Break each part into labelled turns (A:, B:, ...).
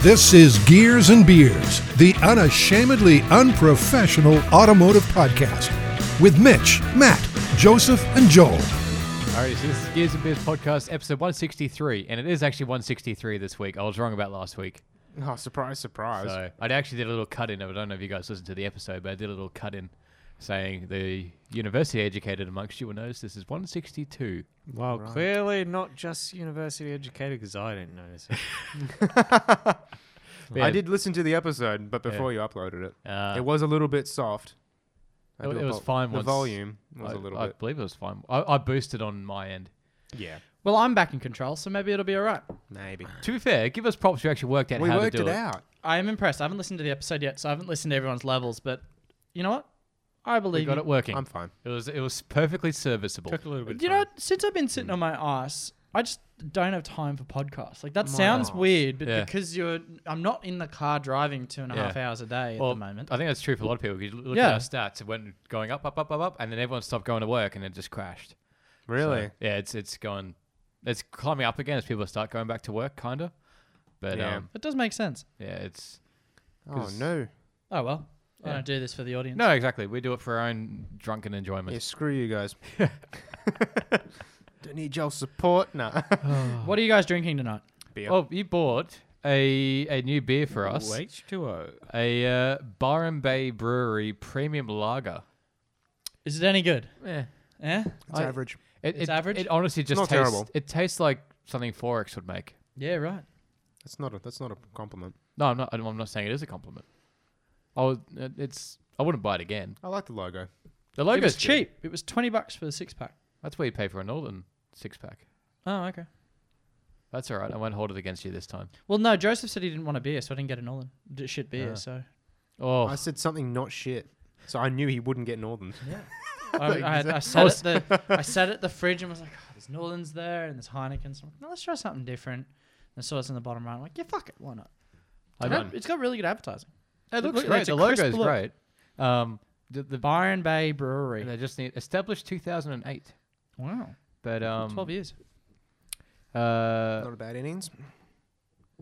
A: This is Gears and Beers, the unashamedly unprofessional automotive podcast with Mitch, Matt, Joseph, and Joel.
B: All right, so this is Gears and Beers podcast, episode 163, and it is actually 163 this week. I was wrong about last week.
C: Oh, surprise, surprise.
B: So I actually did a little cut in of it. I don't know if you guys listened to the episode, but I did a little cut in saying the university educated amongst you will notice this is 162.
D: Well, clearly not just university educated because I didn't notice it.
B: Yeah,
C: I did listen to the episode, but before you uploaded it,
B: Ah.
C: it was a little bit soft. I
B: It-
C: do
B: it was
C: apo-
B: fine
C: The
B: once-
C: volume was
B: I-
C: a little
B: I
C: bit.
B: believe it was fine. I, I boosted on my end.
C: Yeah,
E: Well, I'm back in control, so maybe it'll be all right.
C: maybe.
B: To be fair, give us props. You actually worked out
C: We
B: how
C: worked
B: to
C: it
B: do it.
C: out.
E: I am impressed. I haven't listened to the episode yet, so I haven't listened to everyone's levels, but you know what? I
B: We
E: believe
B: got
E: you.
B: it working.
C: I'm fine.
B: it was it was perfectly serviceable.
D: Took a little bit. of
E: You know,
D: time.
E: what? since I've been sitting on my ass, I just don't have time for podcasts. Like that sounds weird, but
B: Yeah.
E: because you're, I'm not in the car driving two and a
B: Yeah.
E: half hours a day
B: Well,
E: at the moment.
B: I think that's true for a lot of people. 'cause You look at
E: Yeah.
B: our stats; it went going up, up, up, up, up, and then everyone stopped going to work, and it just crashed. So,
C: Really?
B: yeah, it's it's going, it's climbing up again as people start going back to work, kinda. But yeah,
C: Yeah.
B: um,
E: It does make sense.
B: yeah, it's
C: oh no!
E: Oh well, I
B: Yeah.
E: don't do this for the audience.
B: no, exactly. We do it for our own drunken enjoyment.
C: Yeah, screw you guys. Don't need your support. Nah.
E: What are you guys drinking tonight?
C: Beer.
B: Well, Oh, you bought a a new beer for us,
D: Ooh, H2O.
B: a uh, Byron Bay Brewery Premium Lager.
E: Is it any good? Eh?
B: Yeah,
E: Yeah.
C: it's
B: I-
C: average.
B: it,
E: It's
B: it-
E: average?
B: It honestly just
C: Not
B: tastes,
C: terrible.
B: It tastes like something Forex would make.
E: Yeah. Right.
C: That's not a. That's not a compliment.
B: No, I'm not. I'm not saying it is a compliment. I would, it- it's. I wouldn't buy it again.
C: I like the logo.
B: The
E: It was
B: logo's good.
E: cheap. It was twenty bucks for the six pack.
B: That's what you pay for a Northern six pack.
E: Oh, okay.
B: That's all right. I won't hold it against you this time.
E: Well, no, Joseph said he didn't want a beer, so I didn't get a Northern D- shit beer.
B: Ah.
E: So
B: Oh,
C: I said something not shit, so I knew he wouldn't get Northern.
B: Uh.
E: I, I, had- I sat at the I sat at the fridge and was like, oh, "There's Northerns there and there's Heineken." So I'm like, no, let's try something different. And I saw it's in the bottom right. I'm like, "Yeah, fuck it, why not?"
B: I
E: And
B: don't.
E: that- it's got really good advertising.
B: It
E: looks
B: looks
E: great.
B: great.
E: It's
B: The
E: a crisp
B: logo's
E: look.
B: great. Um, the, the
E: Byron Bay Brewery.
B: they just need established 2008,
E: Wow,
B: but um,
E: twelve years.
B: Uh,
C: not a bad innings.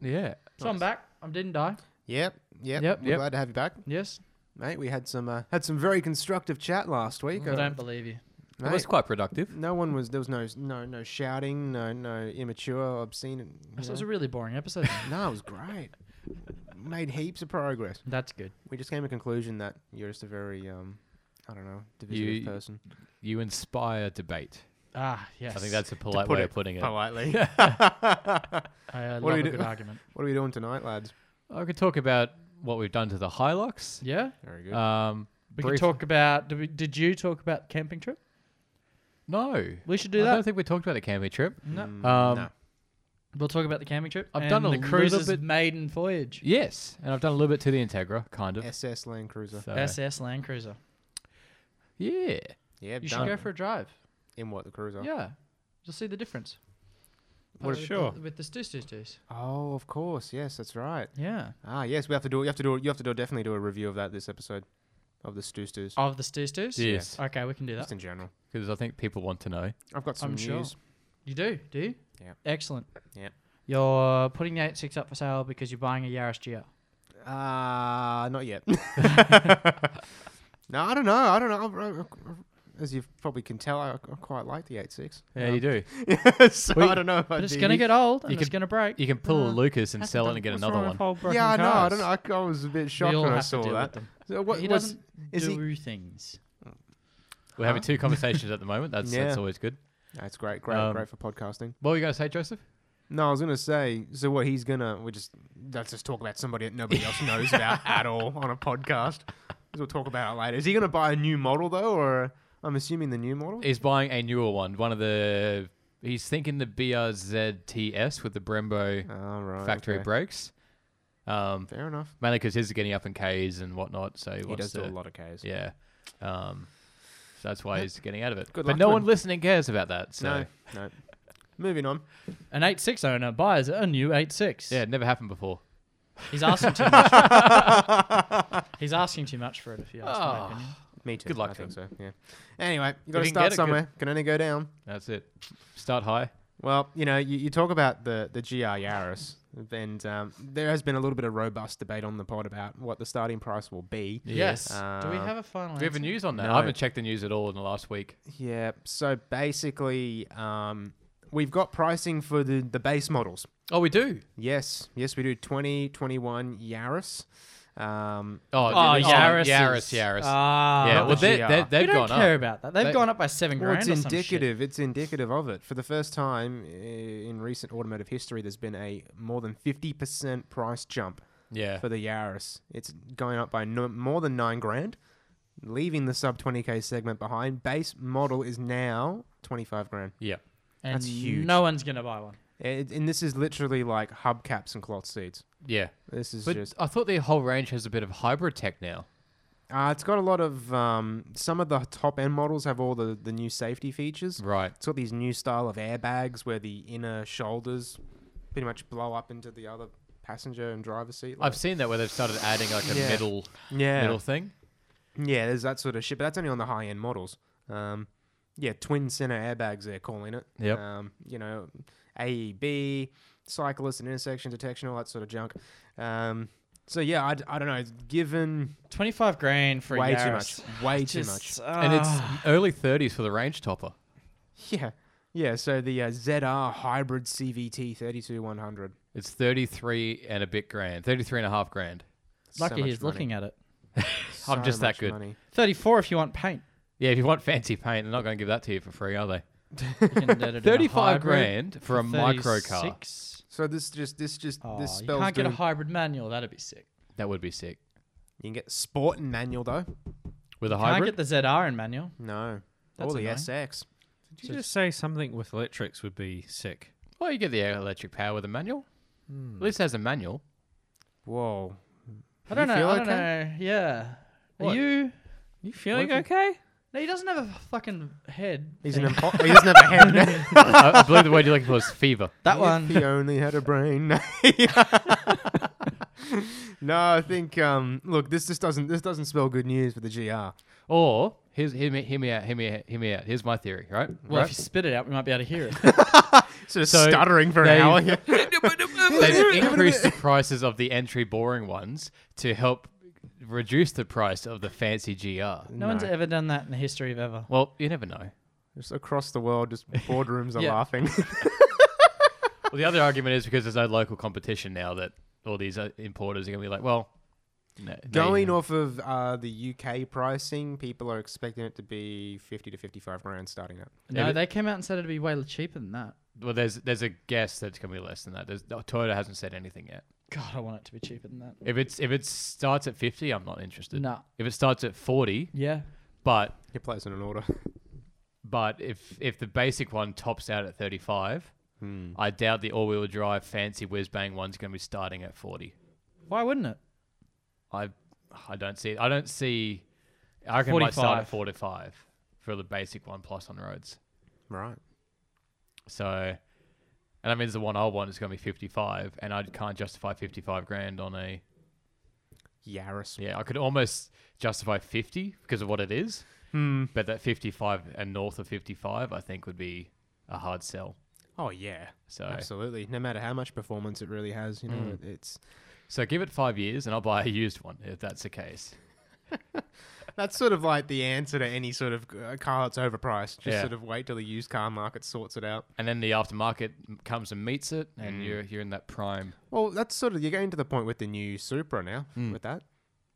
B: yeah.
E: So I'm back. I didn't die.
C: Yep. Yep.
B: Yep,
C: We're
B: yep.
C: glad to have you back,
E: Yes,
C: mate. We had some uh, had some very constructive chat last week.
E: I
C: Uh,
E: don't believe you.
B: It was
C: mate.
B: quite productive.
C: No one was. There was no no no shouting. No no immature, obscene. you
E: This was a
C: know.
E: really boring episode.
C: no, it was great. Made heaps of progress.
E: That's good.
C: We just came to a conclusion that you're just a very um, I don't know, divisive
B: You-
C: person.
B: You inspire debate.
E: Ah, yes.
B: I think that's a polite
C: put
B: way
C: it
B: of putting it.
C: Politely.
E: I uh,
C: What
E: love
C: do
E: a
C: we do?
E: good argument.
C: what are we doing tonight, lads?
B: I could talk about what we've done to the Hilux.
E: Yeah,
C: Very good.
E: Uh,
B: Um,
E: we
B: brief-
E: could talk about. Did, we, did you talk about the camping trip?
B: No,
E: We should do
B: I don't
E: that.
B: think we talked about the camping trip.
E: No.
C: Mm,
B: Um,
C: no.
E: We'll talk about the camping trip.
B: I've
E: and
B: done a
E: the
B: little
E: cruiser's
B: bit-
E: maiden voyage.
B: Yes, and I've done a little bit to the Integra, kind of.
C: SS Land Cruiser.
B: So,
E: SS Land Cruiser.
B: yeah,
C: Yeah,
E: You should
C: done.
E: go for a drive.
C: in what the cruiser?
E: Yeah, you'll see the difference.
D: What
E: with
D: if- sure.
E: The, with the stews, stews, stews.
C: Oh, of course. Yes, that's right.
E: Yeah.
C: Ah, yes, we have to do. You have to do. You have to do. Definitely do a review of that this episode, of the Stew Stews.
E: Of the stews, stews.
B: Yes.
E: Okay, we can do
C: Just
E: that.
C: in general.
B: because I think people want to know.
C: I've got some
E: I'm
C: news.
E: sure. You do, do you?
C: Yeah.
E: Excellent.
C: Yeah.
E: You're uh, putting the 86 up for sale because you're buying a Yaris GR.
C: Uh, not yet. no, I don't know. I don't know. I- I- I- As you probably can tell, I, I quite like the 86.
B: Yeah, you do.
C: do. so
B: Well,
C: I don't know if I
E: But it's
C: do.
E: going to get old and
B: you
E: it's
B: could-
E: going to break.
B: You can pull a Lucas and
E: Hasn't
B: sell it
E: Uh, done-
B: and get
E: what's
B: another
E: wrong with
B: one.
E: old broken
C: Yeah, I know. I
E: cars?
C: don't know. I, I was a bit
E: We
C: shocked
E: all
C: when I
E: have to
C: saw
E: deal with
C: that.
E: them.
C: So what,
E: he
C: what's-
E: doesn't
C: is he-
E: do things.
B: We're having two conversations at the moment. That's that's
C: Ah. Yeah.
B: always good.
C: That's great. Great.
B: Um,
C: great for podcasting.
B: What were you going to say, Joseph?
C: No, I was gonna say. So what he's gonna? We just let's just talk about somebody that nobody else knows about at all on a podcast. 'Cause We'll talk about it later. Is he gonna buy a new model though, or I'm assuming the new model?
B: He's buying a newer one. One of the he's thinking the BRZTS with the Brembo
C: All right.
B: factory
C: Oh, okay. brakes.
B: brakes. Um,
C: Fair enough.
B: mainly because his is getting up in K's and whatnot. So he,
C: He
B: wants
C: does do
B: to,
C: a lot of Ks.
B: Yeah. Um, so that's why he's getting out of it.
C: Good
B: but
C: luck
B: no
C: to
B: one
C: him.
B: listening cares about that. So
C: No, no. Moving on.
E: An 86 owner buys a new 86.
B: yeah, it never happened before.
E: He's asking too much. He's asking too much for it, if you ask my
C: Ah.
B: Oh.
E: opinion.
C: Me too.
B: Good luck
C: I
B: to
C: think so. Yeah. Anyway, you
B: If
C: got
B: you can
C: to
B: get
C: start
B: it,
C: somewhere. Can only go down.
B: That's it. Start high.
C: Well, you know, you, you talk about the, the GR Yaris, and um, there has been a little bit of robust debate on the pod about what the starting price will be.
E: Yes. Do we
C: Um,
E: have a final?
B: Do we have
E: answer?
B: a news on that?
C: No.
B: I haven't checked the news at all in the last week.
C: Yeah. So basically, um, we've got pricing for the, the base models.
B: Oh, we do.
C: Yes. Yes, we do 2021 Yaris. Um,
B: Oh,
E: Oh,
B: yeah,
E: Yaris.
B: Yaris, Yaris.
E: Ah,
B: yeah, well,
C: the
B: they,
C: GR.
B: they,
E: we
B: they've
E: don't
B: gone
E: care
B: up.
E: about that. They've
B: They-
E: gone up by seven
C: well,
E: grand.
C: it's
E: or some shit.
C: indicative. It's indicative of it. For the first time uh, in recent automotive history, there's been a more than 50% price jump
B: Yeah.
C: for the Yaris. It's going up by no, more than nine grand, leaving the sub 20k segment behind. Base model is now 25 grand.
B: Yeah.
E: And
C: That's huge.
E: No one's gonna buy one.
C: And, and this is literally like hubcaps and cloth seats.
B: Yeah.
C: This is
B: But
C: just.
B: I thought the whole range has a bit of hybrid tech now.
C: Uh, it's got a lot of. Um, some of the top end models have all the, the new safety features.
B: Right.
C: It's got these new style of airbags where the inner shoulders pretty much blow up into the other passenger and driver seat.
B: I've seen that where they've started adding like a
C: Yeah.
B: middle
C: yeah.
B: middle thing.
C: Yeah, there's that sort of shit, but that's only on the high end models. Um, yeah, twin center airbags they're calling it.
B: Yep.
C: Um, you know, AEB, cyclist and intersection detection, all that sort of junk. Um, so yeah, I, d- I don't know. Given
E: Twenty-five grand for a
C: way
E: Yaris.
C: too much, way too much.
E: Just,
B: and
E: ah.
B: it's early 30s for the range topper.
C: Yeah, yeah. So the uh, ZR hybrid CVT 32100.
B: It's 33 and a bit grand. 33 and a half grand.
E: lucky he's looking at it.
B: I'm just that good.
E: Thirty-four if you want paint.
B: Yeah, if you want fancy paint, they're not going to give that to you for free, are they?
E: You can let it in a
B: 35
E: hybrid
B: grand for a micro car.
E: 36.
C: So this just this just
E: Oh,
C: this
E: you
C: spells
E: can't get a
C: doom.
E: hybrid manual. That'd be sick.
B: That would be sick.
C: You can get sport and manual though.
B: With a
E: Can't
B: hybrid?
E: get the ZR in manual.
C: No,
E: That's
C: or the
E: annoying.
C: SX.
D: Did you just say something with electrics would be sick?
B: well, you get the electric power with a manual. At least it has a manual.
C: Whoa.
E: I don't
C: You
E: know.
C: feel
E: I don't
C: okay?
E: know. Yeah. Are
B: What?
E: you?
D: You feeling
C: What if
D: okay?
E: No, he doesn't have a fucking head.
C: He's an impo- he doesn't have a head.
B: I, I believe the word you're looking for is fever.
E: That
C: If
E: one.
C: He only had a brain. no, I think. Um, look, this just doesn't. This doesn't spell good news for the GR.
B: Or, here's, hear, me, hear me out, hear me out, hear me out. Here's my theory, right?
E: Well,
B: right?
E: if you spit it out, we might be able to hear it.
C: Sort of
B: So
C: stuttering for
B: they-
C: an hour.
B: They've increased the prices of the entry boring ones to help reduce the price of the fancy GR.
E: No, one's ever done that in the history of ever.
B: Well, you never know.
C: Just across the world, just boardrooms are
E: Yeah.
C: laughing.
B: Well, the other argument is because there's no local competition now that all these uh, importers are going to be like, well, no, no,
C: Going
B: you-
C: off of uh, the UK pricing, people are expecting it to be fifty to fifty-five grand starting up.
E: No,
B: but-
E: they came out and said it'd be way cheaper than that.
B: Well, there's there's a guess that's going to be less than that. There's, no, Toyota hasn't said anything yet.
E: God, I want it to be cheaper than that.
B: If it's if it starts at 50, I'm not interested.
E: No.
B: If it starts at 40,
E: Yeah.
B: but
C: Your place in an order.
B: but if if the basic one tops out at 35,
C: Hmm.
B: I doubt the all-wheel drive fancy whiz bang one's going to be starting at 40.
E: Why wouldn't it?
B: I I don't see I don't see I reckon it might start at
E: 45.
B: 45 for the basic one plus on roads.
C: Right.
B: So, and that means the one I want is going to be 55, and I can't justify 55 grand on a.
C: Yaris.
B: Yeah, I could almost justify 50 because of what it is,
C: Hmm.
B: but that 55 and north of 55, I think, would be a hard sell.
C: Oh yeah.
B: So,
C: Absolutely. No matter how much performance it really has, you know,
B: Mm.
C: it's
B: so give it five years, and I'll buy a used one if that's the case.
C: That's sort of like the answer to any sort of uh, car that's overpriced. Just
B: Yeah.
C: sort of wait till the used car market sorts it out.
B: And then the aftermarket m- comes and meets it,
C: Hmm.
B: and you're you're in that prime.
C: Well, that's sort of you're getting to the point with the new Supra now.
B: Hmm.
C: With that,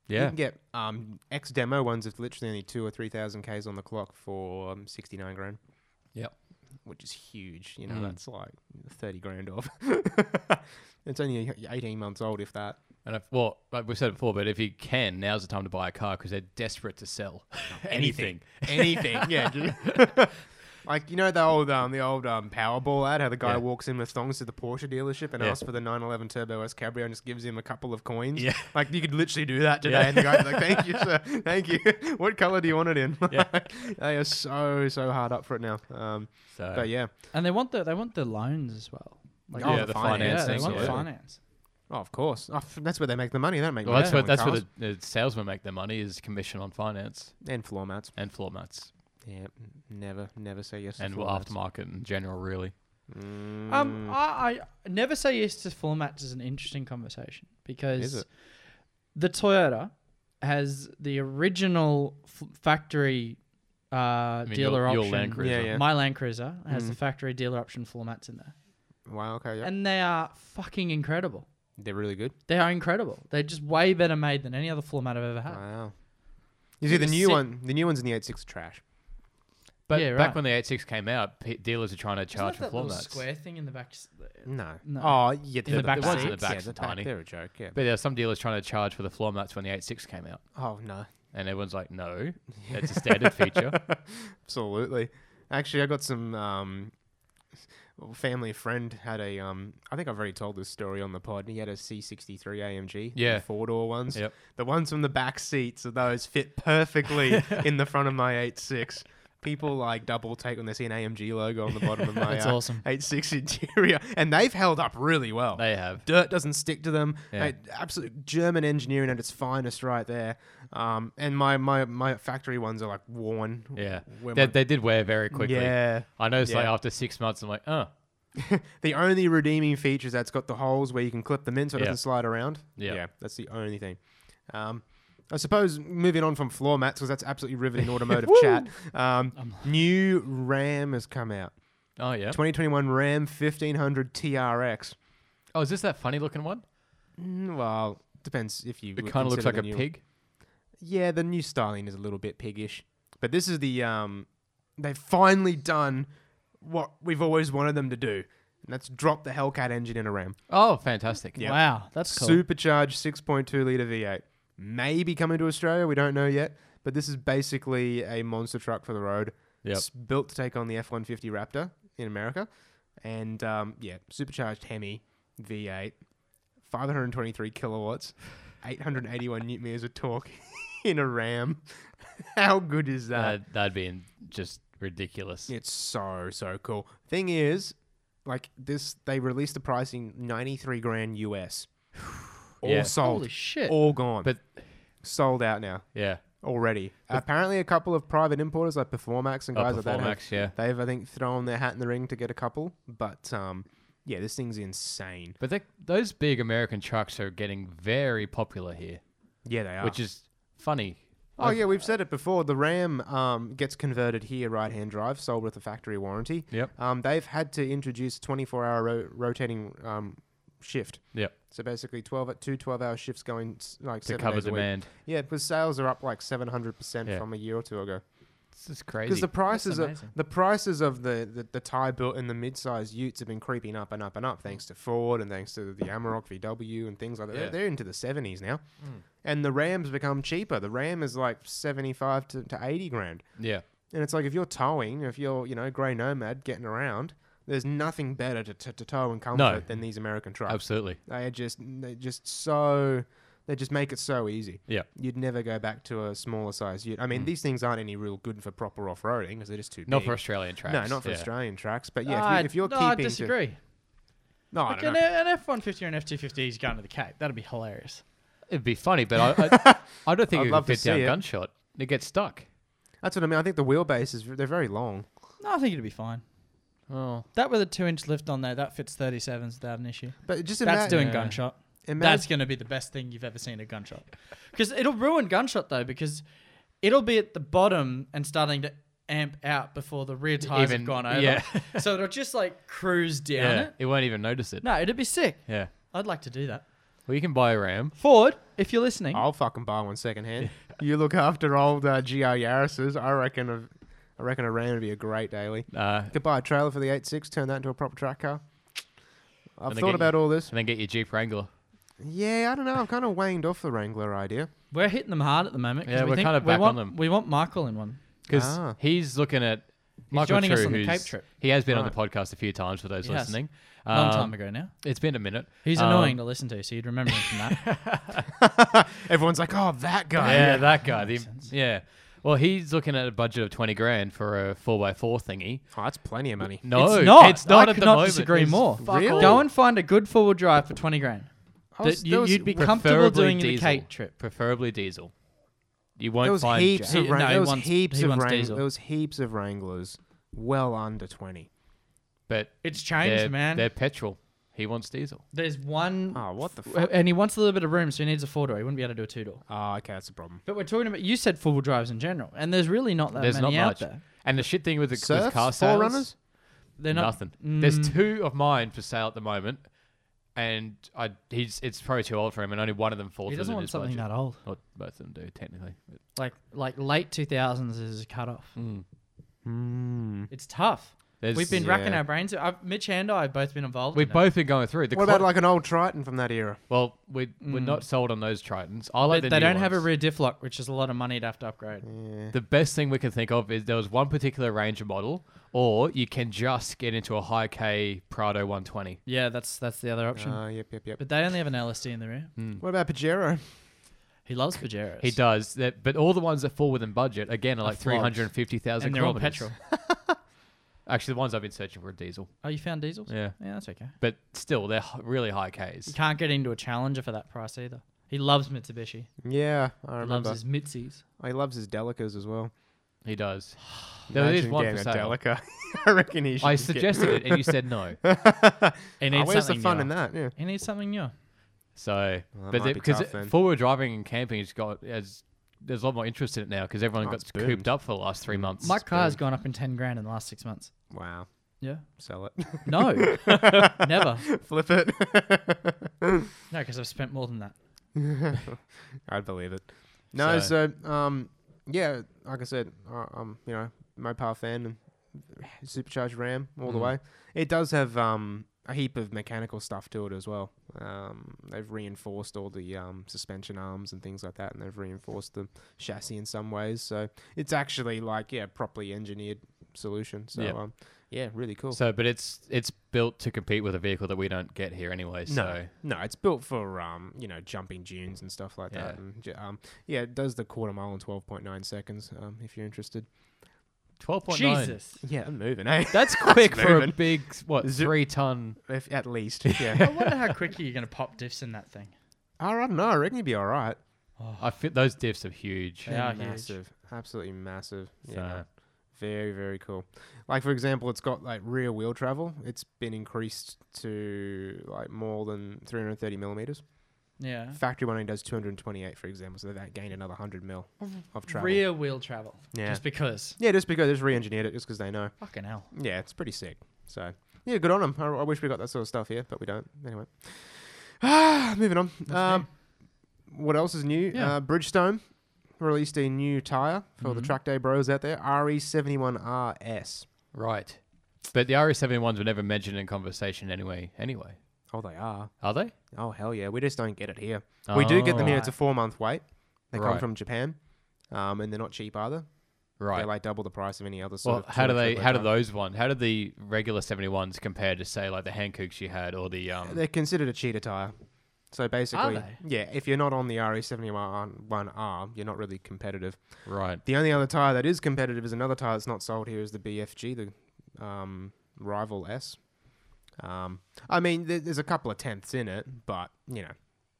C: you can get um, ex demo ones with literally only two or three thousand k's on the clock for um, sixty nine grand,
B: yep.
C: which is huge. You know,
B: Mm.
C: that's like thirty grand off. it's only eighteen months old, if that.
B: And if, well, like we said it before, but if you can, now's the time to buy a car because they're desperate to sell anything.
C: anything. yeah. dude. like you know the old um, the old um, Powerball ad, how the guy
B: Yeah.
C: walks in with thongs to the Porsche dealership and
B: Yeah.
C: asks for the 911 Turbo S Cabrio and just gives him a couple of coins.
B: Yeah.
C: Like you could literally do that today,
B: Yeah.
C: and the guy's like, "Thank you, sir. Thank you. what color do you want it in?"
B: Yeah.
C: they are so so hard up for it now. Um,
B: So
C: but yeah,
E: And they want the they want the loans as well. Like,
C: Oh,
B: yeah,
C: the
B: the
E: yeah,
B: finance
E: they
B: thing.
E: want
C: absolutely.
E: finance.
C: oh, of course, oh, f- that's where they make the money. They don't make
B: Well,
C: money
B: that's where
C: selling
B: that's where the,
C: cars.
B: the salesmen make their money is commission on finance
C: and floor mats.
B: and floor mats
C: Yeah, never never say yes.
B: and
C: to
B: well,
C: floor Mm, mats.
B: aftermarket in general, really. Mm.
E: Um, I, I never say yes to formats is an interesting conversation because
C: it?
E: the Toyota has the original f- factory uh,
B: I mean,
E: dealer
B: your, your
E: option.
B: Land Cruiser.
C: Yeah, yeah.
E: My Land Cruiser has the
C: Mm.
E: factory dealer option formats in there,
C: wow. Okay. Yeah.
E: and they are fucking incredible.
C: They're really good.
E: They are incredible. They're just way better made than any other format I've ever had.
C: Wow. You see the
E: It's
C: new
E: sick.
C: one. The new ones in the 86 are trash.
B: But
E: Yeah,
B: back
E: right.
B: when the 86 came out, pe dealers are trying to charge for floor mats.
E: square thing in the back?
C: No.
E: No.
C: Oh, yeah.
E: the back
C: ones in
E: seat?
B: Yeah,
C: back
B: the
C: are
B: back,
C: They're a joke. Yeah.
B: But there are some dealers trying to charge for the floor mats when the 86 came out.
C: oh no.
B: And everyone's like, no, that's a standard feature.
C: Absolutely. Actually, I got some um, family friend had a. Um, I think I've already told this story on the pod. He had a C63 AMG.
B: Yeah.
C: Four door ones.
B: Yep.
C: The ones from the back seats of those fit perfectly in the front of my 86. People like double take when they see an AMG logo on the bottom of my
E: That's
C: uh,
E: awesome.
C: 86 interior, and they've held up really well.
B: They have.
C: Dirt doesn't stick to them.
B: Yeah.
C: Mate, absolute German engineering at its finest, right there. Um, and my, my my factory ones are like worn.
B: Yeah.
C: Where
B: They,
C: my-
B: they did wear very quickly.
C: Yeah.
B: I noticed like
C: Yeah.
B: after six months, I'm like, oh,
C: The only redeeming feature is that's got the holes where you can clip them in so it
B: Yeah.
C: doesn't slide around.
B: Yeah.
C: that's the only thing. Um, I suppose moving on from floor mats because that's absolutely riveting automotive chat. Um, new Ram has come out.
B: oh yeah.
C: 2021 Ram 1500 TRX.
B: Oh, is this that funny looking one?
C: Mm, Well, depends if you.
B: It
C: would
B: kind of looks
C: consider
B: like
C: the
B: a
C: new-
B: pig.
C: Yeah, the new styling is a little bit piggish, but this is the um, they've finally done what we've always wanted them to do, and that's drop the Hellcat engine in a Ram.
B: Oh, fantastic.
C: Yeah.
E: Wow, that's cool.
C: supercharged 6.2 liter V8. Maybe coming to Australia, we don't know yet. But this is basically a monster truck for the road.
B: Yep.
C: It's built to take on the F-150 Raptor in America, and um, yeah, supercharged Hemi V8, 523 kilowatts, 881 newton meters of torque in a Ram. How good is that?
B: That, that'd be in- just ridiculous.
C: It's so so cool. Thing is, like this, they released the pricing 93 grand US. All
B: Yeah.
C: sold.
E: Holy shit.
C: All gone.
B: But-
C: sold out now
B: Yeah.
C: already. Apparently, a couple of private importers like Performax and
B: Oh,
C: guys like that. have-
B: Performax, yeah.
C: They've I think thrown their hat in the ring to get a couple, but um, yeah, this thing's insane.
B: But they, those big American trucks are getting very popular here,
C: Yeah, they are.
B: which is funny.
C: Oh yeah, we've said it before. The Ram um, gets converted here, right-hand drive, sold with a factory warranty.
B: Yep.
C: Um, they've had to introduce 24-hour ro- rotating um, shift.
B: Yep.
C: So basically, 12 at two 12-hour shifts going s- like
B: To
C: seven
B: cover
C: days a week.
B: demand.
C: Yeah, because sales are up like 700 percent
B: Yeah.
C: from a year or two ago.
B: This is crazy.
C: Because the prices of
E: amazing.
C: the prices of the the, the tie built and the mid-sized Utes have been creeping up and up and up, thanks to Ford and thanks to the Amarok VW and things like that. They're,
B: Yeah. Mm.
C: they're into the 70s now, and the Rams become cheaper. The Ram is like 75 to, to 80 grand,
B: yeah.
C: and it's like if you're towing, if you're you know grey nomad getting around, there's nothing better to, to, to tow and comfort than these American trucks.
B: Absolutely.
C: They are just they just so they just make it so easy.
B: Yeah. Mm.
C: You'd never go back to a smaller size unit. I mean, these things aren't any real good for proper off roading because they're just too
B: Not
C: big.
B: for Australian tracks.
C: No, not for
B: yeah.
C: Australian tracks. But yeah,
E: Ah,
C: if, you, if you're
E: no, I
C: keeping to
E: disagree.
C: no, I
E: Like
C: don't
E: an,
C: know.
E: an F one fifty or an F two fifty is going to the Cape. That'd be hilarious.
B: It'd be funny, but I, I, I don't think
C: I'd
B: it would
C: love to
B: fit down
C: see it.
B: gunshot. It gets stuck.
C: That's what I mean. I think the wheelbase is they're very long.
E: No, I think it'd be fine.
B: Oh,
E: That with a two inch lift on there, that fits thirty sevens without an issue.
C: But just
E: That's
C: imagine
E: doing
B: yeah.
E: gunshot. That's
C: Imagine
E: going to be the best thing you've ever seen a gunshot, because it'll ruin gunshot though, because it'll be at the bottom and starting to amp out before the rear tires
B: Even-
E: have gone over.
B: yeah.
E: so it'll just like cruise down
B: yeah.
E: it.
B: It won't even notice it.
E: No, it'd be sick.
B: Yeah.
E: I'd like to do that.
B: Well, you can buy a Ram.
E: Ford, if you're listening,
B: Oh.
C: I'll fucking buy one secondhand. you look after old uh, GR Yaris's. I reckon. A, I reckon a Ram would be a great daily.
B: Uh,
C: Could buy a trailer for the 8.6, turn that into a proper track car. I've
B: And they
C: thought
B: get
C: about all this.
B: and then get your Jeep Wrangler.
C: Yeah, I don't know. I've kind of waned off the Wrangler idea.
E: we're hitting them hard at the moment. 'cause
B: Yeah,
E: we
B: we're
E: think
B: kinda
E: we
B: back on
E: want-
B: them.
E: We want Michael in one.
B: Because
C: Ah.
B: he's looking at Michael
E: joining us
B: True,
E: on the Cape
B: who's-
E: trip.
B: He has been on the podcast a few times for those
E: He has.
B: listening.
E: Long
B: Um,
E: time ago now.
B: It's been a minute.
E: He's
B: Um,
E: annoying to listen to, so you'd remember him from that.
C: Everyone's like, oh, that guy.
B: yeah, that guy. the- yeah. Well, he's looking at a budget of twenty grand for a four x four thingy.
C: Oh, that's plenty of money.
B: No,
E: it's not.
B: It's not
E: I
B: at
E: could
B: the
E: not
B: moment.
E: disagree
B: It's
E: more.
B: fuck
C: Really?
B: all.
E: Go and find a good four wheel drive for twenty grand.
C: I
E: That
C: was- there
E: you,
C: was-
E: you'd be
B: Preferably
E: comfortable doing in the
B: diesel.
E: Cape trip.
B: Preferably diesel. You won't
C: there was
B: find
C: heaps
B: Jack-
C: of
E: He-
C: Wrang-
E: no, he
C: there was
E: wants-
C: heaps
E: he
C: of
E: wants
C: Wrang-
E: diesel.
C: there was heaps of Wranglers, well under twenty.
B: But
E: It's changed,
B: they're,
E: man.
B: they're petrol. He wants diesel.
E: There's one,
C: Oh, what the fuck?
E: f- and he wants a little bit of room, so he needs a four door. He wouldn't be able to do a two door.
C: Oh, okay, that's a problem.
E: But we're talking about you said four wheel drives in general, and there's really not that
B: There's not
E: many out
B: much.
E: there.
B: And the shit thing with the with
C: Surfs?
B: car sales,
C: Forerunners?
E: They're not
B: nothing. There's
E: Mm.
B: two of mine for sale at the moment, and I he's it's probably too old for him, and only one of them falls
E: He doesn't
B: within
E: want
B: his
E: something
B: budget.
E: that old.
B: Not both of them do technically. but-
E: Like like late 2000s is a cutoff. It's tough.
B: Hmm. There's-
E: We've been racking
C: Yeah.
E: our brains. I've, Mitch and I have both been involved.
B: We've
E: in it.
B: both been going through the.
C: What about
B: con-
C: like an old Triton from that era?
B: Well, we we're not sold on those Tritons. I
E: But
B: like the
E: Mm. they
B: new
E: don't have a
B: ones.
E: rear diff lock, which is a lot of money to have to upgrade.
B: The best thing we can think of is there was one particular Ranger model, or you can just get into a high K Prado 120.
E: Yeah, that's that's the other option.
C: Ah, yep, yep, yep.
E: but they only have an LSD in the rear.
C: what about Pajero?
E: He loves Pajeros.
B: Hmm. He does that, but all the ones that fall within budget again are like
E: flops.
B: three hundred and fifty thousand
E: And they're all
B: kilometers.
E: petrol.
B: Actually, the ones I've been searching for are diesel,
E: Oh, you found diesels?
B: Yeah.
E: Yeah, that's okay.
B: but still they're h- really high
E: You
B: Ks.
E: can't get into a Challenger for that price either. He loves Mitsubishi.
C: Yeah, I
E: He
C: remember.
E: loves his Mitsis.
C: Oh, he loves his Delicas as well.
B: He does. There is
C: Imagine
B: one
C: getting
B: for
C: a
B: sale.
C: Delica. I reckon he should.
B: I
C: just get-
B: suggested it, and you said no.
E: He
C: Oh,
E: needs
C: where's the
E: something
C: fun
E: new.
C: in that? Yeah.
E: He needs something new.
B: So,
C: Well, that
B: but
C: might be
B: because
C: tough then.
B: four wheel driving and camping has got as there's a lot more interest in it now because everyone
C: Oh,
B: got
C: it's boomed.
B: cooped up for the last
C: Mm.
B: three months.
E: My car's gone up in 10 grand in the last six months.
C: Wow.
E: Yeah.
C: Sell it.
E: No, never.
C: Flip it.
E: No, because I've spent more than that.
C: I'd believe it. No,
B: So-
C: so, um, yeah, like I said, I- I'm you know Mopar fan and supercharged Ram all the
B: Mhm.
C: way. It does have um a heap of mechanical stuff to it as well. Um, they've reinforced all the um suspension arms and things like that, and they've reinforced the chassis in some ways. So it's actually like yeah, properly engineered solution. So
B: Yeah.
C: um, yeah, really cool.
B: So, but it's it's built to compete with a vehicle that we don't get here anyway. So
C: No, no, it's built for um, you know, jumping dunes and stuff like that.
B: Yeah.
C: And, ju- um, yeah, it does the quarter mile in twelve point nine seconds. Um, if you're interested.
B: twelve point nine.
E: Jesus.
C: Yeah, I'm moving. eh?
B: That's quick for a
C: moving.
B: big what
C: Zip.
B: three ton.
C: if, at least.
E: I
C: Yeah.
E: wonder how quickly you're going to pop diffs in that thing.
C: I don't know. I reckon you'd be all right. Oh.
B: I fit those diffs are huge.
E: Yeah. They're huge.
C: massive, absolutely massive. Yeah.
B: So-
C: Very, very cool. Like for example, it's got like rear wheel travel. It's been increased to like more than 330 millimeters.
E: Yeah.
C: Factory one only does 228, for example. So they've gained another 100 mil of travel.
E: Rear wheel travel.
C: Yeah.
E: Just because.
C: Yeah, just because they just re-engineered it, just because they know.
E: Fucking hell.
C: Yeah, it's pretty sick. So yeah, good on them. I, I wish we got that sort of stuff here, but we don't. Anyway, ah, moving on. Um, what else is new?
E: Yeah.
C: Uh, Bridgestone released a new tire for
B: Mm-hmm.
C: the track day bros out there. RE seventy one RS.
B: Right. But the RS71s were never mentioned in conversation anyway. Anyway,
C: Oh, they are.
B: are they?
C: Oh hell yeah, we just don't get it here. We do get them here. It's a four month wait. They come
B: Right.
C: from Japan, um, and they're not cheap either.
B: Right.
C: They're like double the price of any other sort.
B: well,
C: of
B: how do
C: two or
B: they?
C: triple
B: How do
C: tire.
B: those one? How do the regular 71s compare to say like the Hankooks you had or the um?
C: They're considered a cheater tire. So basically,
E: they?
C: yeah, if you're not on the RE71R, you're not really competitive.
B: right.
C: The only other tire that is competitive is another tire that's not sold here is the BFG, the um, Rival S. Um, I mean, there, there's a couple of tenths in it, but you know,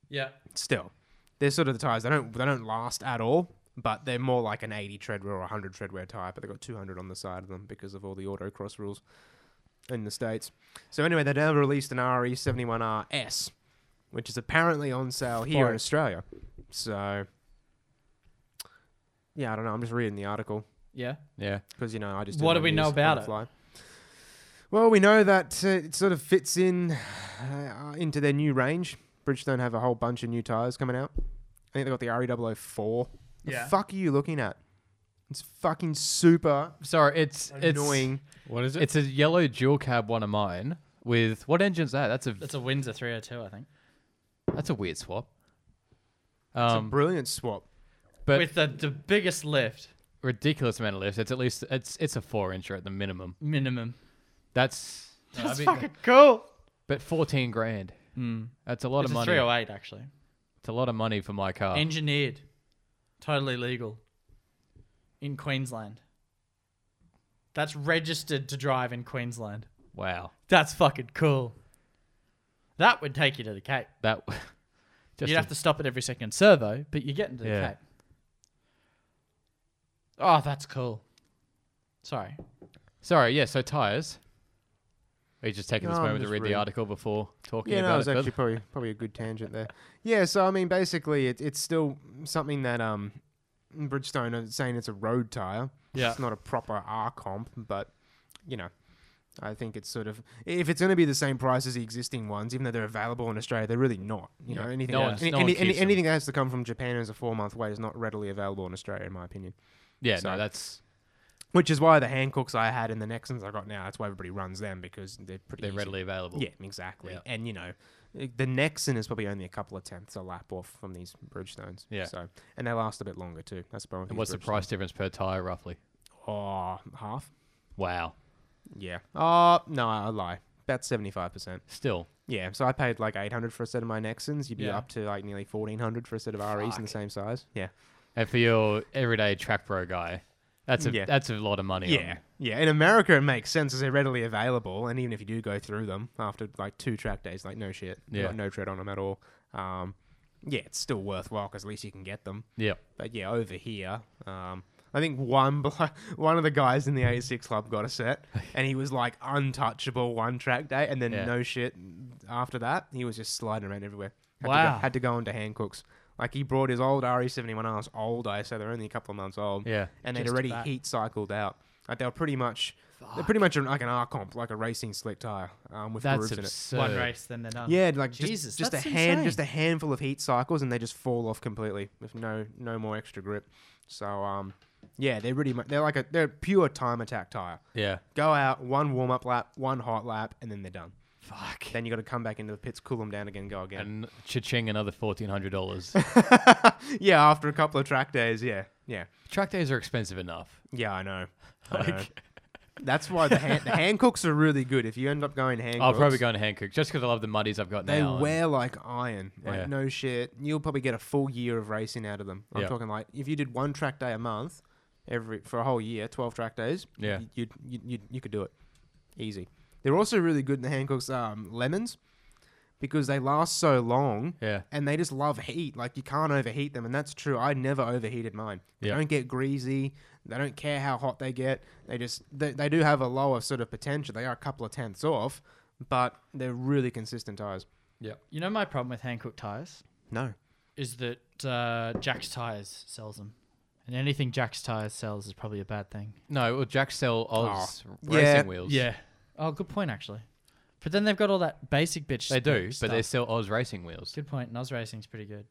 E: Yeah.
C: still, they're sort of the tires they don't they don't last at all. But they're more like an 80 treadwear or 100 treadwear tire, but they've got 200 on the side of them because of all the autocross rules in the states. So anyway, they now released an E RE71RS, which is apparently on sale here in
E: Fire.
C: Australia. So yeah, I don't know. I'm just reading the article
E: Yeah.
B: Yeah.
C: because you know I just
E: What
C: did
E: do
C: my
E: we know
C: news on
E: about
C: the
E: it?
C: fly. Well, we know that uh, it sort of fits in uh, into their new range. Bridgestone have a whole bunch of new tires coming out. I think they got the E RE004.
E: Yeah.
C: The fuck are you looking at? It's fucking super
B: Sorry, it's it's
C: annoying.
D: What is it?
B: It's a yellow dual cab one of mine with what engine's that? That's a
E: That's a Windsor 302, I think.
B: that's a weird swap.
C: It's
B: Um,
C: a brilliant swap.
B: But-
E: With the, the biggest lift
B: ridiculous amount of lift. It's at least it's it's a four incher at the minimum.
E: minimum.
B: That's
E: That's fucking cool.
B: but fourteen grand. That's a lot
E: Hmm. It's
B: of
E: a
B: money.
E: 308, actually.
B: It's a lot of money for my car.
E: Engineered. Totally legal. In Queensland. That's registered to drive in Queensland.
B: wow,
E: That's fucking cool. That would take you to the Cape.
B: that just
E: You'd
B: a-
E: have to stop at every second servo, but you're getting to the
B: Yeah.
E: Cape. Oh, that's cool. Sorry.
B: sorry. Yeah, so tires. Are you just taking this
C: No, I'm
B: moment to
C: just
B: read the
C: reading.
B: article before talking
C: Yeah,
B: about
C: no, it's
B: it?
C: actually
B: further?
C: probably probably a good tangent there. Yeah, so I mean, basically, it, it's still something that um, Bridgestone are saying it's a road tire.
B: Yeah.
C: it's not a proper R comp, but you know, I think it's sort of if it's going to be the same price as the existing ones, even though they're available in Australia, they're really not. You know, anything
B: No
C: that-
B: one's-
C: any-
B: no one
C: any- any-
B: keeps them.
C: anything that has to come from Japan as a four month wait is not readily available in Australia, in my opinion.
B: Yeah,
C: So-
B: no, that's
C: Which is why the Hancocks I had and the Nexons I got now, that's why everybody runs them because they're pretty
B: they're
C: easy.
B: readily available.
C: Yeah, exactly.
B: Yeah.
C: And you know, i- the Nexon is probably only a couple of tenths a lap off from these Bridgestones.
B: Yeah.
C: So and they last a bit longer too. That's probably.
B: And what's the price difference per tire roughly?
C: Oh, half.
B: Wow.
C: Yeah. Oh no, I lie. About seventy five percent.
B: Still,
C: Yeah. So I paid like eight hundred for a set of my Nexons. You'd be
B: Yeah.
C: up to like nearly fourteen hundred for a set of REs in the same size. Yeah.
B: and for your everyday track bro guy, that's a
C: Yeah.
B: that's a lot of money.
C: Yeah.
B: on-
C: Yeah. In America, it makes sense as they're readily available, and even if you do go through them after like two track days, like no shit,
B: Yeah.
C: Like, no tread on them at all. Um, yeah, it's still worthwhile because at least you can get them.
B: yeah.
C: But yeah, over here, um, I think one blo- one of the guys in the 86 club got a set, and he was like untouchable one track day, and then
B: Yeah.
C: no shit after that, he was just sliding around everywhere. Had To
E: Wow.
C: go, had to go into Hancock's. Like he brought his old RE71Rs, old I so they're only a couple of months old.
B: Yeah.
C: and they'd
E: Just
C: already
E: about.
C: heat cycled out. Like they were pretty much, they're pretty much like an R comp, like a racing slick tire um, with
B: That's
C: roofs in it.
B: absurd.
E: One race, then they're done.
C: Yeah, like just-
E: Jesus,
C: just,
E: that's
C: a hand,
E: insane.
C: just a handful of heat cycles, and they just fall off completely with no no more extra grip. So um, yeah, they're really mu- they're like a they're a pure time attack tire.
B: Yeah.
C: Go out one warm up lap, one hot lap, and then they're done.
B: Fuck.
C: Then you got to come back into the pits, cool them down again, go again.
B: And cha-ching another fourteen hundred dollars.
C: yeah, after a couple of track days, yeah, yeah,
B: track days are expensive enough.
C: yeah, I know. I know. That's why the, hand, the Hancocks are really good. If you end up going Hancocks,
B: I'll probably go into Hancock just because I love the muddies I've got
C: They
B: now. and-
C: wear like iron. Like
B: Yeah.
C: no shit. You'll probably get a full year of racing out of them. I'm
B: Yeah.
C: talking like if you did one track day a month, every for a whole year, twelve track days.
B: Yeah.
C: y- you'd, you you you could do it easy. They're also really good in the Hancock's um, lemons because they last so long.
B: Yeah.
C: And they just love heat. Like you can't overheat them, and that's true. I never overheated mine. They
B: Yeah.
C: don't get greasy. They don't care how hot they get. They just they, they do have a lower sort of potential. They are a couple of tenths off, but they're really consistent tires.
E: You know my problem with Hankook tires
C: No.
E: is that uh, Jack's Tires sells them, and anything Jack's Tires sells is probably a bad thing.
B: No, well, Jack sell Oz
C: yeah.
B: racing wheels.
E: Oh, good point actually. But then they've got all that basic bitch.
B: They do,
E: stuff.
B: but they sell Oz racing wheels.
E: Good point. Nos Racing's pretty good.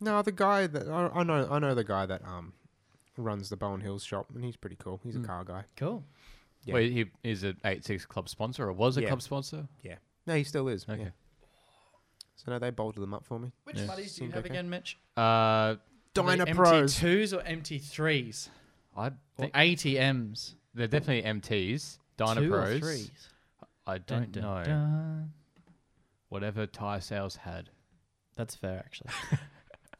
C: No, the guy that I, I know, I know the guy that um runs the Bowen Hills shop, and he's pretty cool.
E: Hmm.
C: He's a car guy.
E: Cool.
C: Yeah.
B: Well, he is an 86 club sponsor or was a
C: Yeah.
B: club sponsor.
C: Yeah. No, he still is.
B: Okay.
C: Yeah. So no, they bolted them up for me.
E: Which
B: Yeah.
E: buddies do you
C: Seems
E: have
C: okay.
E: again, Mitch?
B: Uh,
C: Dyna
E: The
C: Pros.
E: MT2s or MT3s
B: I
E: or
B: think
E: ATMs?
B: they're definitely MTs, Dyna
E: Two or
B: Pros.
E: threes?
B: I don't
E: Dun,
B: know.
E: dun, dun.
B: Whatever tire sales had.
E: That's fair, actually.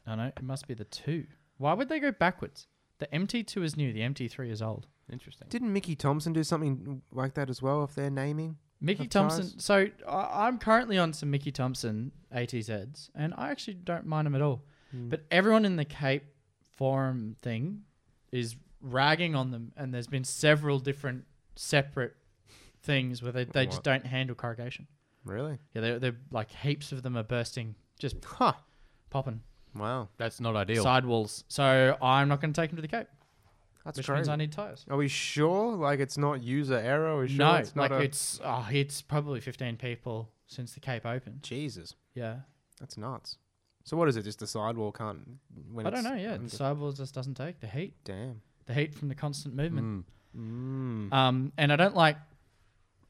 E: no, no, it must be the two. Why would they go backwards? The MT2 is new. The MT3 is old.
B: Interesting.
C: Didn't Mickey Thompson do something like that as well? If they're naming,
E: Mickey
C: Of
E: Thompson.
C: tires?
E: So I, I'm currently on some Mickey Thompson ATZs, and I actually don't mind them at all.
C: Hmm.
E: But everyone in the Cape forum thing is ragging on them, and there's been several different separate things where they, they just
C: What?
E: don't handle corrugation.
C: really?
E: Yeah, they're, they're like heaps of them are bursting, just
C: Huh.
E: popping
C: Wow.
B: That's not ideal.
E: sidewalls. So I'm not going to take them to the Cape,
C: That's
E: which means
C: crazy.
E: I need tires.
C: Are we sure? Like it's not user error? Are we sure
E: no,
C: it's not
E: like
C: a
E: it's oh, it's probably 15 people since the Cape opened.
C: Jesus.
E: Yeah.
C: That's nuts. So what is it? Just the sidewall can't. When
E: I don't
C: it's
E: know. Yeah, the
C: under-
E: sidewall just doesn't take the heat,
C: Damn.
E: the heat from the constant movement.
B: Mm.
C: Mm.
E: Um, and I don't like.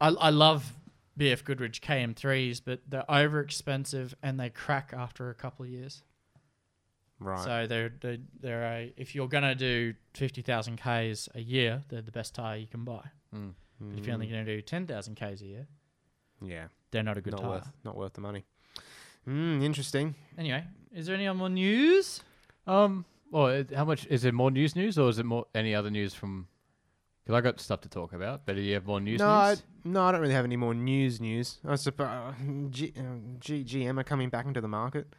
E: I I love BF Goodrich KM3s, but they're over expensive and they crack after a couple of years.
C: Right.
E: So they're they're, they're a, if you're gonna do 50,000 k's a year, they're the best tire you can buy.
B: Mm.
E: But if you're only gonna do 10,000 k's a year,
C: yeah.
E: they're not a good
C: Not
E: tire.
C: worth. Not worth the money. Mm, interesting.
E: Anyway, is there any more news?
B: Um. Well, it- how much is it? More news, news, or is it more any other news from? Because I got stuff to talk about. But do you have more news?
C: no,
B: news?
C: I, no, I don't really have any more news. News. I suppose uh, G, uh, G, GM are coming back into the market.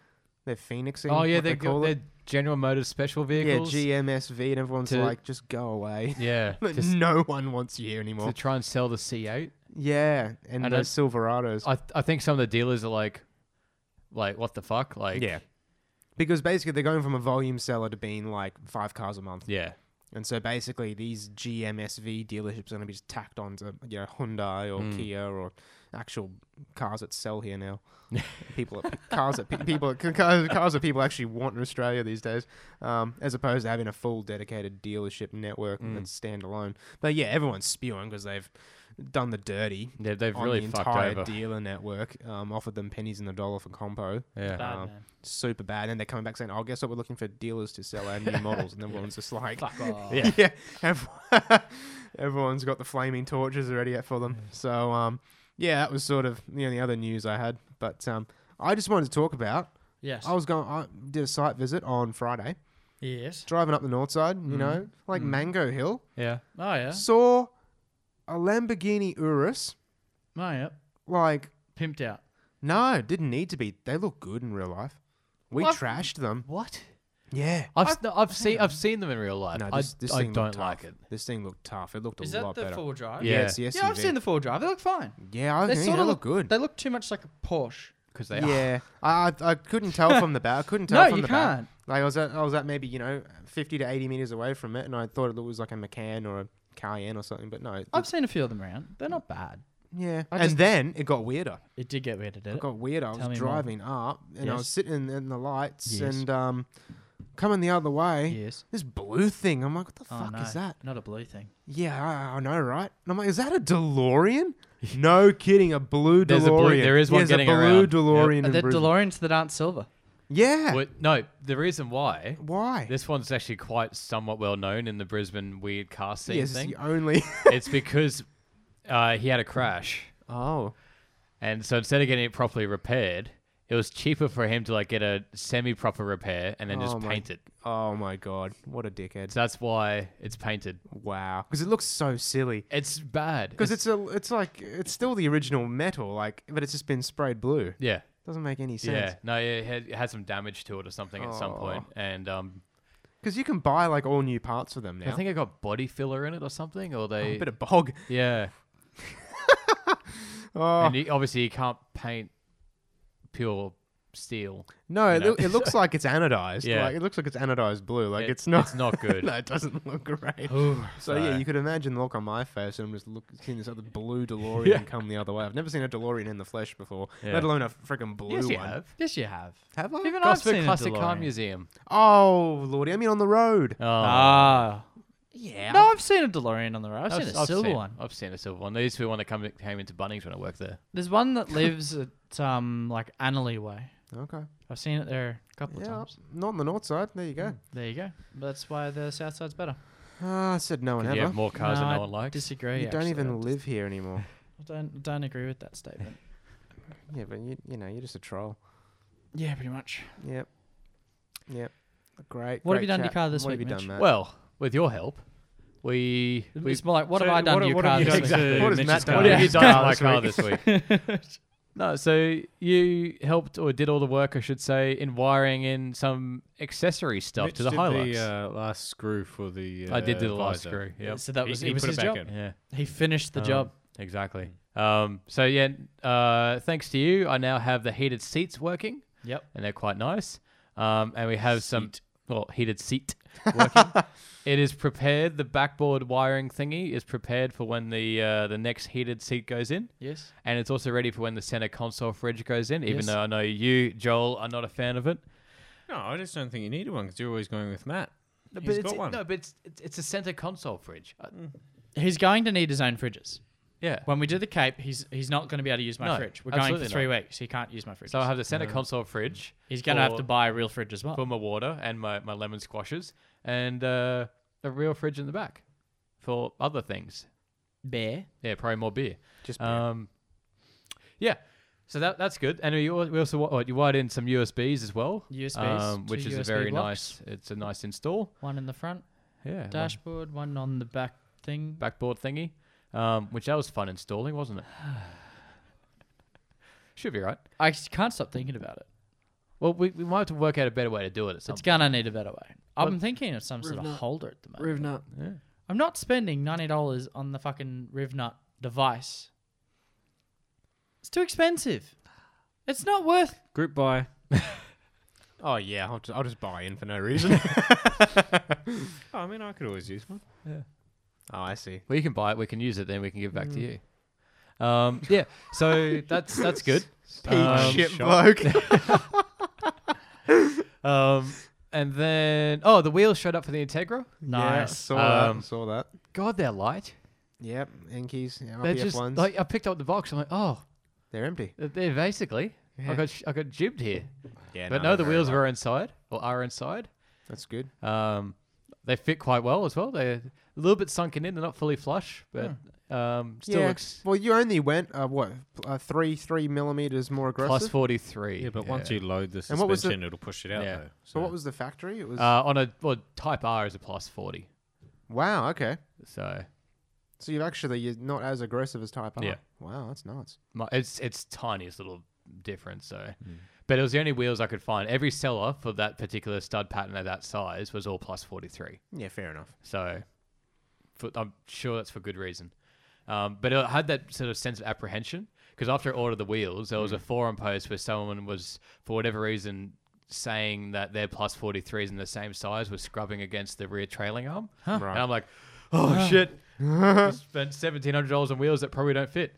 C: They're phoenixing.
B: Oh yeah,
C: what
B: they
C: they
B: got
C: call
B: their
C: it.
B: General Motors special vehicles.
C: Yeah, GMSV, and everyone's
B: to-
C: like, just go away.
B: Yeah, to, s-
C: no one wants you here anymore.
B: to try and sell the C8.
C: Yeah, and,
B: And
C: those
B: it's-
C: Silverados.
B: I I think some of the dealers are like, like what the fuck? Like
C: yeah. Because basically they're going from a volume seller to being like five cars a month.
B: yeah.
C: And so basically, these GMSV dealerships are going to be just tacked on to you know, Hyundai or
B: Mm.
C: Kia or actual cars that sell here now. people, that, cars that pe- people, cars, cars that people actually want in Australia these days, um, as opposed to having a full dedicated dealership network
B: Mm.
C: that's standalone. But yeah, everyone's spewing because they've done the dirty
B: They, they've
C: on
B: really
C: the
B: fucked
C: entire
B: over.
C: dealer network. Um, offered them pennies in the dollar for compo.
B: yeah.
E: Bad,
C: Uh,
E: man.
C: Super bad, and they're coming back saying, "Oh, guess what? We're looking for dealers to sell our new models." And everyone's just like,
E: Fuck off.
B: Yeah.
C: yeah, ev- everyone's got the flaming torches ready for them. So, um, yeah, that was sort of the only other news I had. But um, I just wanted to talk about.
E: Yes.
C: I was going. I did a site visit on Friday,
E: yes.
C: driving up the north side. You
B: Mhm.
C: know, like
B: Mhm.
C: Mango Hill.
B: Yeah.
E: Oh yeah.
C: Saw a Lamborghini Urus.
E: Oh yeah.
C: Like,
E: Pimped out.
C: no, it didn't need to be. They look good in real life. We
B: What?
C: trashed them.
B: What?
C: Yeah.
B: I've I've, I've seen I've seen them in real life.
C: No,
B: I,
C: this, this
B: I
C: thing
B: don't
C: looked
B: like
C: tough.
B: it.
C: This thing looked tough. It looked a
E: Is
C: lot
E: that the
C: better.
E: four drive?
B: Yeah.
C: it's the SUV.
E: Yeah, I've seen the four drive. They look fine.
C: Yeah, I
E: They
C: think
E: sort
C: they
E: of
C: look good.
E: They look too much like a Porsche.
B: because they are.
C: yeah, I, I I couldn't tell from the back. I couldn't tell
E: No,
C: from
E: you
C: the back.
E: can't.
C: Like I was at I was at maybe you know fifty to eighty meters away from it, and I thought it was like a McCann or a Cayenne or something. But no, it,
E: I've seen a few of them around. They're not bad.
C: yeah.
E: I
C: and
E: just-
C: then it got weirder.
B: Uh,
E: It did get weirder, did
C: It
E: it?
C: got weirder. I
E: Tell me
C: was
E: more.
C: driving up, and I
E: Yes.
C: was sitting in, in the lights,
E: Yes.
C: and um, coming the other way,
E: Yes.
C: this blue thing. I'm like, what the
E: Oh,
C: fuck
E: no.
C: is that?
E: Not a blue thing.
C: Yeah, I, I know, right? And I'm like, is that a DeLorean? no kidding, a blue DeLorean.
B: There's a blue- there is one
C: There's
B: getting
C: a blue
B: around. Uh,
C: DeLorean.
E: Are
C: in
E: there
C: Brisbane.
E: DeLoreans that aren't silver?
C: yeah.
B: Well, no, the reason why
C: Why?
B: this one's actually quite somewhat well known in the Brisbane weird car scene
C: yes, it's
B: thing.
C: the only.
B: it's because uh, he had a crash,
C: oh.
B: and so instead of getting it properly repaired, it was cheaper for him to like get a semi-proper repair and then
C: Oh
B: just
C: my-
B: paint it.
C: Oh my god, what a dickhead!
B: So that's why it's painted.
C: Wow, because it looks so silly.
B: It's bad.
C: Because it's a, it's like it's still the original metal, like, but it's just been sprayed blue.
B: yeah,
C: Doesn't make any
B: yeah.
C: sense.
B: No, yeah, it had, it had some damage to it or something at some point, and um,
C: Because you can buy like all new parts for them
B: I
C: now.
B: think it got body filler in it or something, or
E: Oh,
B: they,
C: a bit of bog.
B: yeah.
C: Oh
B: And you, obviously, you can't paint pure steel.
C: no, it,
B: know.
C: loo- it looks like it's anodized.
B: Yeah.
C: like, it looks like it's anodized blue. Like
B: It-
C: it's not.
B: It's not good. Oh,
C: no, it doesn't look great. So yeah, you could imagine the look on my face, and I'm just looking, seeing this other blue DeLorean come the other way. I've never seen a DeLorean in the flesh before,
B: Yeah.
C: let alone a freaking blue
B: yes,
C: one.
B: you have.
E: Yes, you have.
C: Have I?
E: Even I've
B: Gosford
E: seen
B: Classic
E: a
B: Car
E: DeLorean.
B: Museum.
C: Oh lordy, I mean on the road.
B: Oh.
E: Ah.
C: Yeah.
E: No, I've seen a DeLorean on the road. I've, seen a silver
B: seen,
E: one.
B: I've seen a silver one. There used to be one that come, came into Bunnings when I worked there.
E: There's one that lives at um like Annerley Way.
C: Okay.
E: I've seen it there a couple of
C: Yeah,
E: times.
C: not on the north side. There you go.
E: There you go. That's why the south side's better.
C: Ah, I said no one
B: You
C: ever.
B: have more cars than
E: I
B: no one likes.
E: Disagree.
C: you don't
E: actually.
C: even
E: I
C: live here anymore.
E: just- I don't don't agree with that statement.
C: yeah, but you, you know, you're just a troll.
E: yeah, pretty much.
C: Yep. Yep. Great.
E: What
C: great
E: have you done to your
C: chat.
E: car this
C: what
E: week,
C: Have you
E: Mitch?
C: done, Matt?
B: Well, with your help, we. we
E: it's more like what
D: So
E: have I done
D: what-
E: to your
D: what
E: car?
D: have you
E: this
D: done
E: week?
D: to
E: Exactly.
C: What has
E: Mitch's
C: Matt done
E: car?
B: what have you
C: His
B: done to
C: car
B: my
C: this
B: car this week? no, so you helped or did all the work, I should say, in wiring in some accessory stuff to the
D: did
B: Hilux.
D: uh, last screw for the. Uh,
B: I did do the last
D: visor.
B: screw. Yep.
E: So that
D: He-
E: was
D: he
E: it was
D: put it
E: his
D: back
E: job.
D: in.
B: Yeah.
E: He finished the
B: Um,
E: job.
B: Exactly. Um, so yeah, uh, thanks to you, I now have the heated seats working,
E: Yep.
B: and they're quite nice. Um, and we have some well heated seat working. it is prepared. The backboard wiring thingy is prepared for when the uh, the next heated seat goes in,
E: Yes.
B: and it's also ready for when the center console fridge goes in. Even
E: Yes.
B: though I know you, Joel, are not a fan of it.
D: No, I just don't think you needed one because you're always going with Matt.
B: No,
D: He's
B: but it's,
D: got one.
B: no, but it's it's, it's a center console fridge. Uh,
E: He's going to need his own fridges.
B: yeah.
E: When we do the Cape, he's he's not going to be able to use my
B: No,
E: fridge. We're going for
B: absolutely
E: three weeks. He can't use my fridge.
B: So I have the center console fridge.
E: he's going to have
B: for-
E: to buy a real fridge as well.
B: for my water and my, my lemon squashes and uh, a real fridge in the back for other things.
E: Bear.
B: Yeah, probably more beer.
C: Just
B: Um, yeah, so that that's good. And you, al- we also wi- oh, you wired in some USBs as well. um,
E: USBs, two
B: which is a
E: USB
B: very
E: blocks.
B: nice. It's a nice install.
E: One in the front
B: Yeah, one
E: dashboard, one on the back thing.
B: backboard thingy, um, which that was fun installing, wasn't it? Should be right.
E: I just can't stop thinking about it.
B: Well, we, we might have to work out a better way to do it at some
E: It's gonna need a better way. I'm thinking of some sort of holder at the moment.
D: Rivenut.
E: I'm not spending ninety dollars on the fucking Rivnut device It's too expensive. It's not worth.
D: Group buy.
C: Oh yeah, I'll just, I'll just buy in for no reason. oh,
D: Oh, I mean, I could always use one.
C: Oh, I see.
B: We can buy it. We can use it. Then we can give it back to
C: Mm.
B: you. Um, yeah. So that's that's good. Um,
C: Shit, bloke.
B: Um, and then oh, the wheels showed up for the Integra.
C: Yeah,
E: Nice.
C: saw that.
B: Um,
C: Saw that.
B: God, they're light.
C: Yep, Enkies, yeah,
B: They're
C: RPF
B: just
C: ones.
B: like I picked up the box. I'm like, oh,
C: They're empty.
B: they're basically. I got sh- I got jibbed here.
C: Yeah,
B: But no, the wheels were inside or are inside.
C: That's good.
B: Um, they fit quite well as well. They're a little bit sunken in. They're not fully flush, but um, still looks
C: Well, you only went uh, what uh, three three millimeters more aggressive.
B: plus forty three.
D: Yeah, but once you load the
C: And what was the-
D: suspension, it'll push it out
B: Yeah.
D: though.
C: so what was the factory? It was
B: uh, on a well, Type R is a plus forty.
C: wow. Okay,
B: So
C: so you've actually you're not as aggressive as Type R.
B: Yeah.
C: Wow, that's nuts.
B: my, it's it's tiniest little difference. So,
D: Hmm.
B: but it was the only wheels I could find. Every seller for that particular stud pattern of that size was all plus forty three.
C: Yeah, fair enough.
B: So for, I'm sure that's for good reason. Um, but it had that sort of sense of apprehension because after I ordered the wheels, there was
C: Mm.
B: a forum post where someone was, for whatever reason, saying that their plus 43s in the same size were scrubbing against the rear trailing arm. And I'm like, oh shit, I spent $1,700 on wheels that probably don't fit.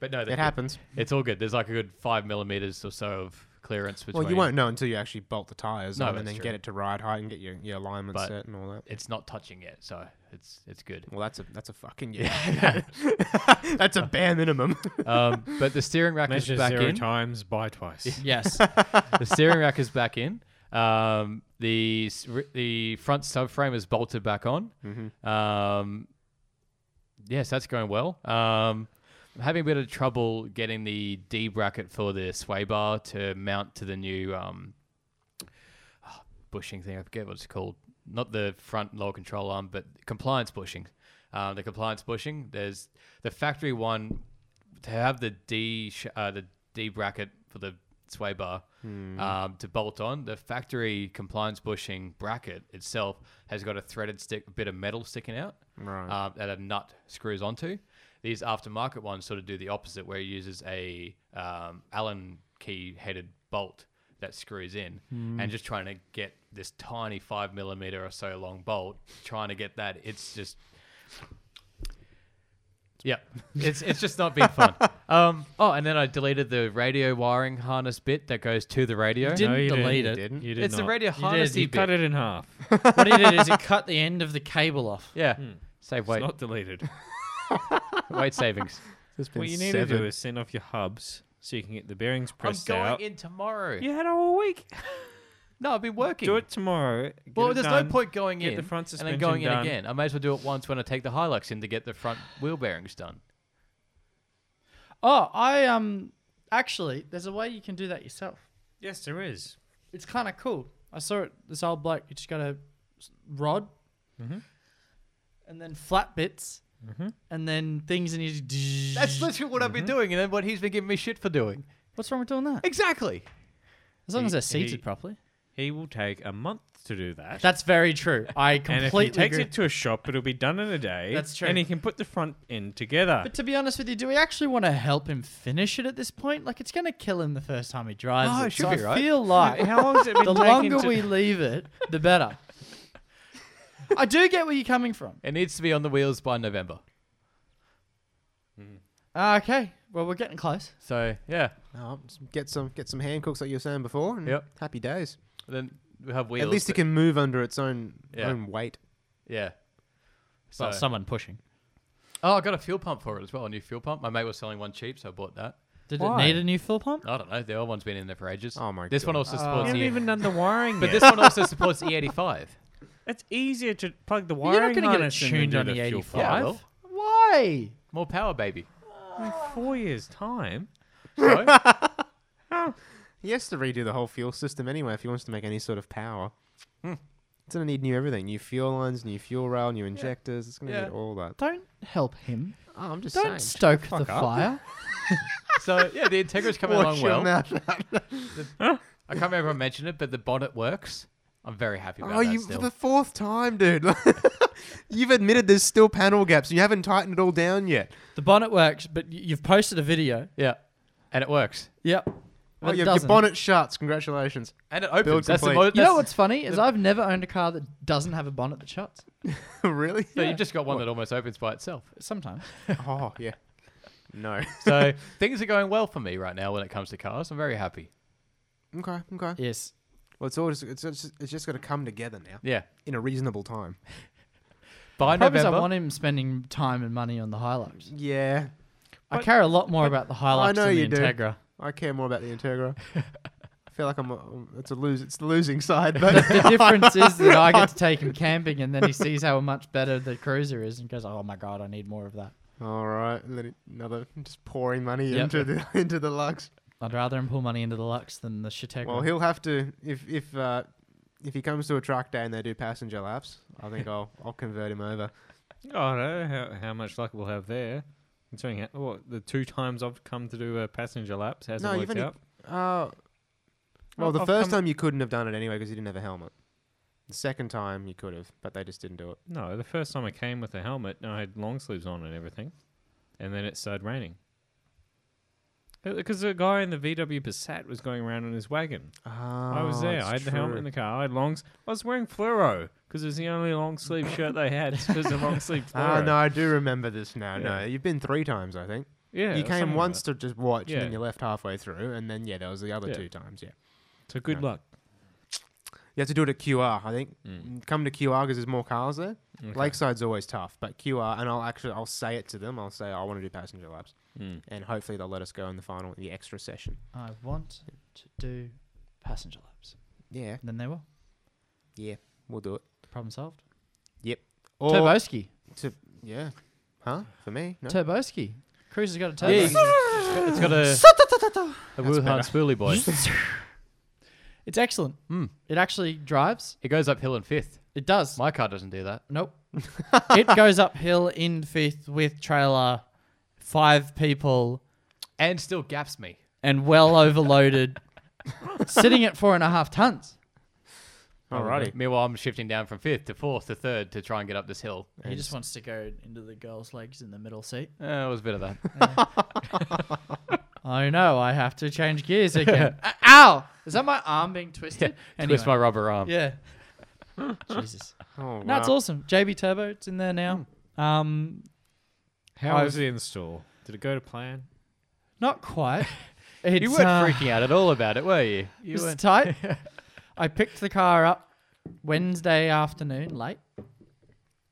B: But no, they
C: It
B: fit.
C: happens.
B: It's all good. There's like a good five millimeters or so of clearance between.
C: Well, you won't know until you actually bolt the tires
B: No,
C: on and
B: that's
C: then
B: true.
C: get it to ride height and get your, your alignment
B: But-
C: set and all that.
B: It's not touching yet, so it's it's good.
C: Well, that's a that's a fucking yeah. that's a bare minimum.
B: Um, but the steering rack is
D: Measure
B: back
D: zero
B: in.
D: times, buy twice.
E: Yes.
B: the steering rack is back in. Um, the s- r- the front subframe is bolted back on. Um, yes, that's going well. Um, I'm having a bit of trouble getting the D bracket for the sway bar to mount to the new um, bushing thing. I forget what it's called. Not the front lower control arm, but compliance bushing. Um, the compliance bushing. There's the factory one to have the D sh- uh, the D bracket for the sway bar um, to bolt on. The factory compliance bushing bracket itself has got a threaded stick, a bit of metal sticking out
C: Right.
B: um, that a nut screws onto. These aftermarket ones sort of do the opposite, where it uses a um, Allen key headed bolt that screws in, and just trying to get this tiny five millimeter or so long bolt, trying to get that. It's just, yeah, it's it's just not been fun. Um, oh, and then I deleted the radio wiring harness bit that goes to the radio.
E: Didn't
D: you didn't,
E: delete
D: you
E: it.
C: didn't.
D: You did
B: it's the
D: not.
B: radio
D: You
B: harness
D: did, you
B: bit.
D: cut it in half.
E: what he did is he cut the end of the cable off.
B: Yeah, save
D: Hmm. It's
B: weight,
D: not deleted.
B: weight savings.
D: what you need to do is send off your hubs so you can get the bearings
B: I'm
D: pressed
B: going
D: out.
B: in tomorrow.
D: You had a whole week.
B: No, I've been working.
D: Do it tomorrow. get
B: Well,
D: it
B: there's
D: done.
B: no point going
D: Get
B: in
D: the front
B: and then
D: suspension
B: going
D: done.
B: in again. I may as well do it once when I take the Hilux in to get the front wheel bearings done.
E: Oh, I um actually there's a way you can do that yourself.
D: Yes, there is.
E: It's kind of cool. I saw it. This old bloke, he just got a s- rod, Mm-hmm. and then flat bits, and then things, and you. just-
B: That's literally what I've been
D: Mm-hmm.
B: doing, and then what he's been giving me shit for doing.
E: What's wrong with doing that?
B: Exactly.
E: As long as they're seated
D: he-
E: properly.
D: He will take a month to do that.
E: That's very true. I
D: and if
E: completely
D: he takes
E: agree.
D: it to a shop, it'll be done in a day.
E: That's true.
D: And he can put the front end together.
E: But to be honest with you, do we actually want to help him finish it at this point? Like, it's going to kill him the first time he drives
B: No,
E: it.
B: it should
E: so
B: be,
E: I
B: right?
E: feel like
D: How long has it been
E: the
D: taking
E: longer
D: to-
E: we leave it, the better. I do get where you're coming from.
B: It needs to be on the wheels by November.
E: Uh, okay. Well, we're getting close.
B: So yeah,
C: Oh, s- get some get some hand cooks like you were saying before. And
B: Yep.
C: Happy days.
B: then we have wheels.
C: At least it
B: but-
C: can move under its own
B: Yeah.
C: own weight.
B: Yeah. So,
E: Well, someone pushing.
B: oh, I got a fuel pump for it as well. A new fuel pump. My mate was selling one cheap, so I bought that.
E: Did
C: Why?
E: it need a new fill pump?
B: I don't know. The old one's been in there for ages.
C: Oh my
B: This one
C: God.
E: Uh,
B: also
D: we
B: supports.
D: haven't
B: E-
D: even done the wiring
B: but
D: yet.
B: this one also supports E E85.
D: it's easier to plug the
E: You're not
D: wiring
E: gonna get it
D: harness in than
E: tuned
D: do
E: on the
D: fuel
E: 85.
B: Yeah, I
D: pump.
B: will.
E: Why?
B: More power, baby.
D: In four years' time.
B: So,
C: He has to redo the whole fuel system anyway if he wants to make any sort of power. It's gonna need new everything: new fuel lines, new fuel rail, new injectors. It's gonna
B: Hmm. Yeah.
C: need all that.
E: Don't help him.
C: Oh, I'm just
E: Don't
C: saying.
E: stoke the fire.
B: so yeah, the Integra's coming along
C: Watch
B: well.
C: your mouth.
B: I can't remember if I mentioned it, but the bonnet works. I'm very happy about
C: Oh,
B: that
C: you for
B: still.
C: the fourth time, dude. You've admitted there's still panel gaps. and You haven't tightened it all down yet.
E: The bonnet works, but y- you've posted a video
B: yeah. and it works.
E: Yep.
C: Oh,
E: But it
C: your, your
E: doesn't.
C: bonnet shuts. Congratulations.
B: And it
C: Build
B: opens. That's the
C: complete.
B: mo-
E: You know
B: that's-
E: what's funny is I've never owned a car that doesn't have a bonnet that shuts.
C: really?
B: So you've just got one that almost opens by itself.
E: Sometimes.
C: Oh yeah. No.
B: So things are going well for me right now when it comes to cars. I'm very happy.
C: okay. Okay.
E: Yes.
C: Well, it's all just it's just, it's just got to come together now
B: Yeah.
C: in a reasonable time.
B: By
E: The problem is
B: November,
E: I want him spending time and money on the Hilux.
C: Yeah.
E: I care a lot more about the Hilux
C: know
E: than the
C: you do.
E: Integra.
C: I care more about the Integra. I feel like I'm. A, it's a lose. It's the losing side, but
E: The difference is that I get to take him camping and then he sees how much better the cruiser is and goes, oh my God, I need more of that.
C: all right. and then it- Another just pouring money
E: Yep.
C: into the into the Lux.
E: I'd rather him pull money into the Lux than the Shategra.
C: Well, he'll have to if if uh, if he comes to a track day and they do passenger laps. I think I'll I'll convert him over.
D: Oh, no, how, how much luck we'll have there. Considering how, what, the two times I've come to do a passenger laps hasn't
C: No,
D: worked
C: even if-
D: out.
C: Uh, well,
D: I've-
C: the
D: I've
C: first
D: come-
C: time you couldn't have done it anyway because you didn't have a helmet. The second time you could have, but they just didn't do it.
D: No, the first time I came with a helmet, and I had long sleeves on and everything, and then it started raining. Because the guy in the VW Passat was going around in his wagon. Oh, I
C: Oh,
D: was there. I had the helmet in the car. I had longs. I was wearing fluoro because it was the only long sleeve shirt they had. It was a long sleeve
C: Ah,
D: fluoro.
C: no, I do remember this now. No,
D: Yeah.
C: you've been three times, I think.
D: Yeah,
C: you
D: or something
C: came
D: like
C: once
D: that.
C: to just watch, and then
D: Yeah.
C: you left halfway through, and then yeah, there was the other
D: Yeah.
C: two times. Yeah,
D: So good
C: No.
D: luck.
C: you have to do it at QR. I think
D: Mm.
C: come to QR because there's more cars there.
D: Okay.
C: Lakeside's always tough, but QR, and I'll actually I'll say it to them. I'll say I want to do passenger laps,
D: Mm.
C: and hopefully they'll let us go in the final, the extra session.
E: I want to do passenger laps.
C: Yeah,
E: And then they will.
C: yeah, we'll do it.
E: Problem solved.
C: Or
E: Turboski.
C: Yeah. Huh? For me? No.
E: Turboski. Cruiser's got a turbo.
B: Yeah, it's got a, a Wuhan spoolie boy.
E: It's excellent.
C: Hmm.
B: Mm.
E: It actually drives.
B: It goes uphill in fifth.
E: It does.
B: My car doesn't do that.
E: Nope. it goes uphill in fifth with trailer, five people,
B: And still gaps me.
E: and well overloaded, sitting at four and a half tons.
C: Alrighty.
B: Meanwhile, I'm shifting down from fifth to fourth to third to try and get up this hill.
E: He just wants to go into the girl's legs in the middle seat.
B: Uh, it was a bit of that.
E: Oh no, I have to change gears again. O- Ow! Is that my arm being twisted? Anyway.
B: Twist my rubber arm.
E: Yeah. Jesus.
C: Oh,
E: No, it's
C: wow. Hmm.
E: awesome. JB Turbo, it's in there now. Um,
D: How
E: I've-
D: was it in store? Did it go to plan?
E: not quite. It's,
B: you weren't
E: uh,
B: freaking out at all about it, were you? You
E: It's
B: weren't.
E: tight. I picked the car up Wednesday afternoon, late,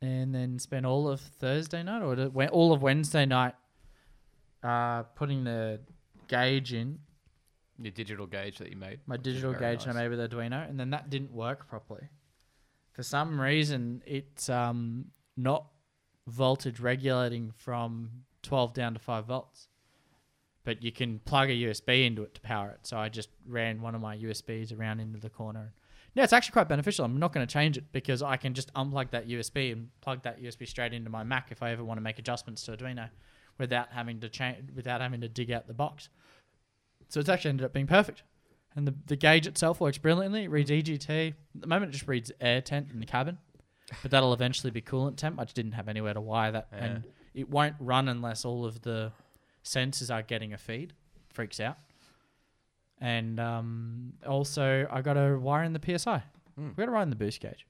E: and then spent all of Thursday night or the- we- all of Wednesday night uh, putting the gauge in
B: Your digital gauge that you made.
E: my
B: which is
E: digital
B: very
E: gauge and I
B: nice.
E: made with Arduino, and then that didn't work properly. For some reason, it's um, not voltage regulating from 12 down to 5 volts. But you can plug a USB into it to power it. So I just ran one of my USBs around into the corner. Yeah, it's actually quite beneficial. I'm not going to change it because I can just unplug that USB and plug that USB straight into my Mac if I ever want to make adjustments to Arduino without having to change without having to dig out the box. So it's actually ended up being perfect. And the, the gauge itself works brilliantly. It reads EGT. At the moment, it just reads air temp in the cabin, but that'll eventually be coolant temp. I just didn't have anywhere to wire that, and it won't run unless all of the sensors are getting a feed. Freaks out. And um, also, I got to wire in the PSI. We got to wire in the boost gauge.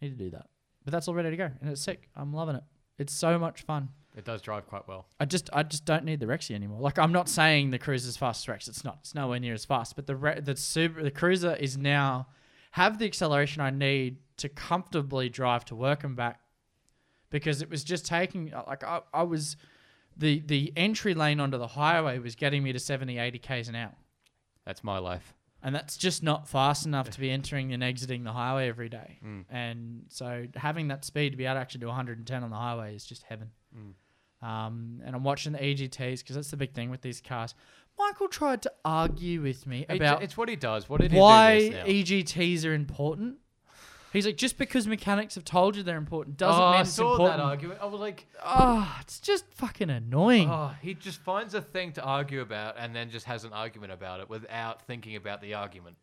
E: Need to do that, but that's all ready to go, and it's sick. I'm loving it. It's so much fun.
B: It does drive quite well.
E: I just I just don't need the Rexy anymore. Like I'm not saying the Cruiser's fast as Rex. It's not. It's nowhere near as fast. But the Re- the super the Cruiser is now have the acceleration I need to comfortably drive to work and back because it was just taking uh, like I, I was the the entry lane onto the highway was getting me to 70 80 k's an hour
B: That's my life.
E: and that's just not fast enough to be entering and exiting the highway every day.
B: Mm.
E: And so having that speed to be able to actually do 110 on the highway is just heaven.
B: Mm.
E: Um, and I'm watching the EGTs because that's the big thing with these cars. Michael tried to argue with me
B: It-
E: about
B: it's what he does. What did he do
E: why
B: this now?
E: EGTs are important. He's like, just because mechanics have told you they're important doesn't
B: oh,
E: mean
B: I
E: it's
B: saw
E: important.
B: that argument. I was like,
E: Oh, it's just fucking annoying.
B: oh, he just finds a thing to argue about and then just has an argument about it without thinking about the argument.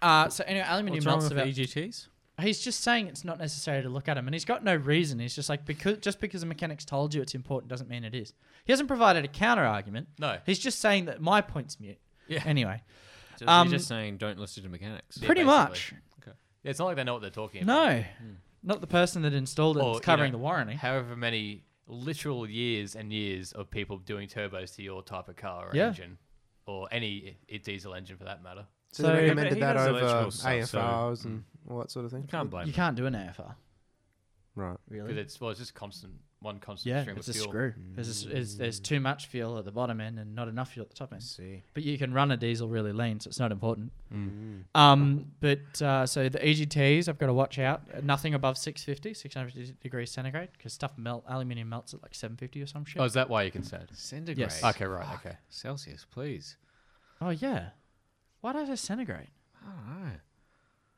E: Uh, so anyway, aluminium
D: What's
B: E
D: wrong
E: melts
D: with the E
E: about
D: EGTs?
E: he's just saying it's not necessary to look at him, and he's got no reason. He's just like because just because the mechanics told you it's important doesn't mean it is. He hasn't provided a counter argument.
B: No.
E: he's just saying that my point's mute.
B: Yeah.
E: Anyway,
D: So
E: Um,
D: you're just saying don't listen to mechanics.
B: Yeah,
E: pretty
B: basically.
E: much.
B: Yeah, it's not like they know what they're talking about.
E: No, not the person that installed it.
B: Or,
E: that's covering
B: you know,
E: the warranty.
B: However many literal years and years of people doing turbos to your type of car or
E: Yeah.
B: engine, or any i- diesel engine for that matter.
C: So,
E: So-
C: they
D: He
C: recommended that
D: does
C: over
D: electrical stuff,
C: AFRs
D: so-
C: and all that sort of thing.
D: You can't blame
E: You
D: them.
E: can't do an AFR,
C: Right.
B: Because
E: really.
B: it's well, it's just constant, one constant
E: Yeah,
B: stream
E: it's
B: of
E: a
B: fuel. Hmm.
E: screw. There's, there's, there's too much fuel at the bottom end and not enough fuel at the top end.
C: See.
E: But you can run a diesel really lean, so it's not important.
D: Mm.
E: Um, but uh, so the EGTs, I've got to watch out. Uh, Nothing above 650, 650 degrees centigrade, because stuff melt, aluminium melts at like 750 or some shit.
B: Oh,
E: Oh,
B: is that why you're concerned?
D: Centigrade.
E: Yes.
B: Okay, right, okay.
D: Celsius, please. Oh,
E: yeah. Why does it centigrade?
D: I don't know.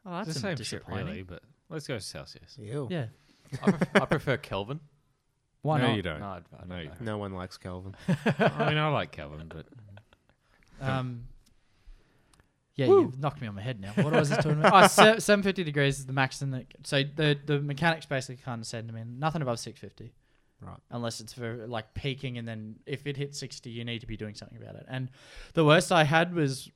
E: Oh, that's
D: It's the
E: a
D: same
E: bit
D: shit,
E: disappointing.
D: really, but let's go Celsius.
C: Ew.
E: Yeah.
B: I, pref- I prefer Kelvin.
E: Why
D: no,
E: not?
D: you don't.
B: No, I, I
D: No,
B: don't
D: you
B: know.
C: No one likes Kelvin.
D: I mean, I like Kelvin, but
E: Um, yeah, you've knocked me on my head now. What was this talking about? Oh, se- 750 degrees is the maximum. That, so the, the mechanics basically kind of said to me, nothing above 650.
C: Right.
E: Unless it's for like peaking, and then if it hits 60, you need to be doing something about it. And the worst I had was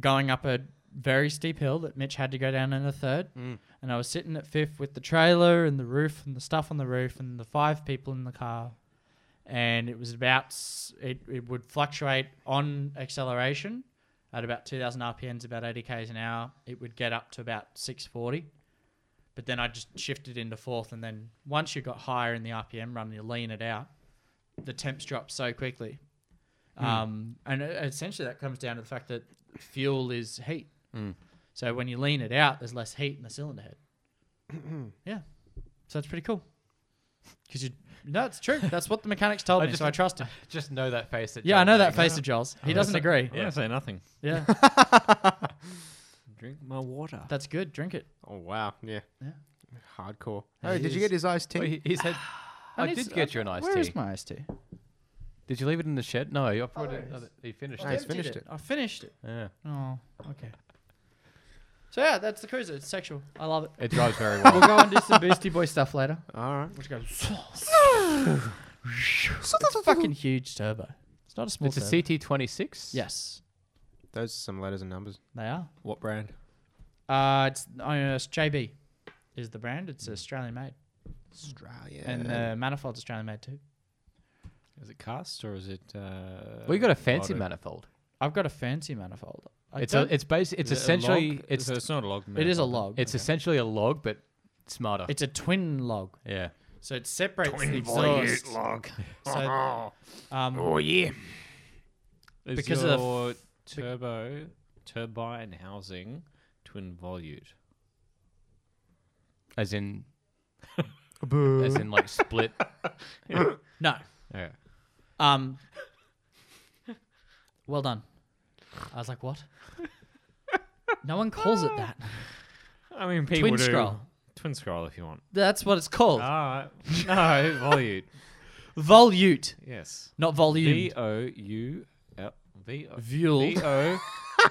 E: going up a very steep hill that Mitch had to go down in a third. And I was sitting at fifth with the trailer and the roof and the stuff on the roof and the five people in the car and it was about s- it, it would fluctuate on acceleration at about 2000 rpms about 80 k's an hour it would get up to about 640 but then i just shifted into fourth and then once you got higher in the rpm run you lean it out the temps drop so quickly
B: Hmm.
E: um, and uh, essentially that comes down to the fact that fuel is heat
B: Hmm.
E: so when you lean it out there's less heat in the cylinder head yeah so it's pretty cool because you no, it's true. That's what the mechanics told
B: I
E: me,
B: just-
E: so I trust him.
B: Just know that face. That
E: Yeah, I
B: John
E: know that
B: makes.
E: face of Joel's.
B: Oh,
E: He doesn't agree.
D: I'm gonna say nothing.
E: Yeah,
D: Drink my water.
E: that's good. Drink it.
C: Oh wow. Yeah.
E: Yeah.
C: Hardcore.
E: It
C: Oh, did
E: is.
C: you get his iced tea?
B: Wait, he- he said, I did get you an iced
E: uh, Where
B: tea.
E: is my iced tea?
B: Did you leave it in the shed? No, I brought it.
E: there it
B: oh, You finished
C: Oh,
E: I
C: Nice,
B: it.
E: emptied
C: finished it.
E: I finished it.
B: Yeah.
E: Oh, okay. So yeah, that's the cruiser. It's sexual. I love it.
B: It drives very
E: We'll
B: well.
E: go and do some Boosty Boy stuff later.
C: All right.
E: Which goes. it's fucking huge turbo. It's not a small.
B: it's a
E: turbo.
B: CT26.
E: Yes,
C: Those are some letters and numbers.
E: they are.
D: What brand?
E: Uh, it's, uh, it's JB, is the brand.
B: Mm.
E: It's Australian made,
C: Australia.
E: and the manifold's Australian made too.
D: Is it cast or is it? Uh,
B: We got a fancy
D: auto?
B: manifold.
E: I've got a fancy manifold. I
B: It's a,
E: don't-
B: it's basic. It's
D: Is it a
B: essentially
D: log?
B: it's
D: so it's not a log.
E: it is a
D: manifold.
E: log.
B: it's essentially a log, but smarter.
E: It's a twin log,
B: yeah.
E: so it separates the exhaust.
C: log. Uh-huh.
E: So, um,
C: yeah.
D: Is
E: Because of the
D: your turbo turbine housing twin volute.
B: As in,
C: Boo.
B: as in like split.
E: no,
D: Yeah.
E: um, well done. I was like, what? No one calls it that.
D: I mean, people
E: Twin
D: do
E: scroll.
D: twin scroll if you want.
E: That's what it's called.
D: Ah, no volute.
E: Volute,
D: Yes.
E: not volume.
D: V o u l v o
E: Vuel.
D: v o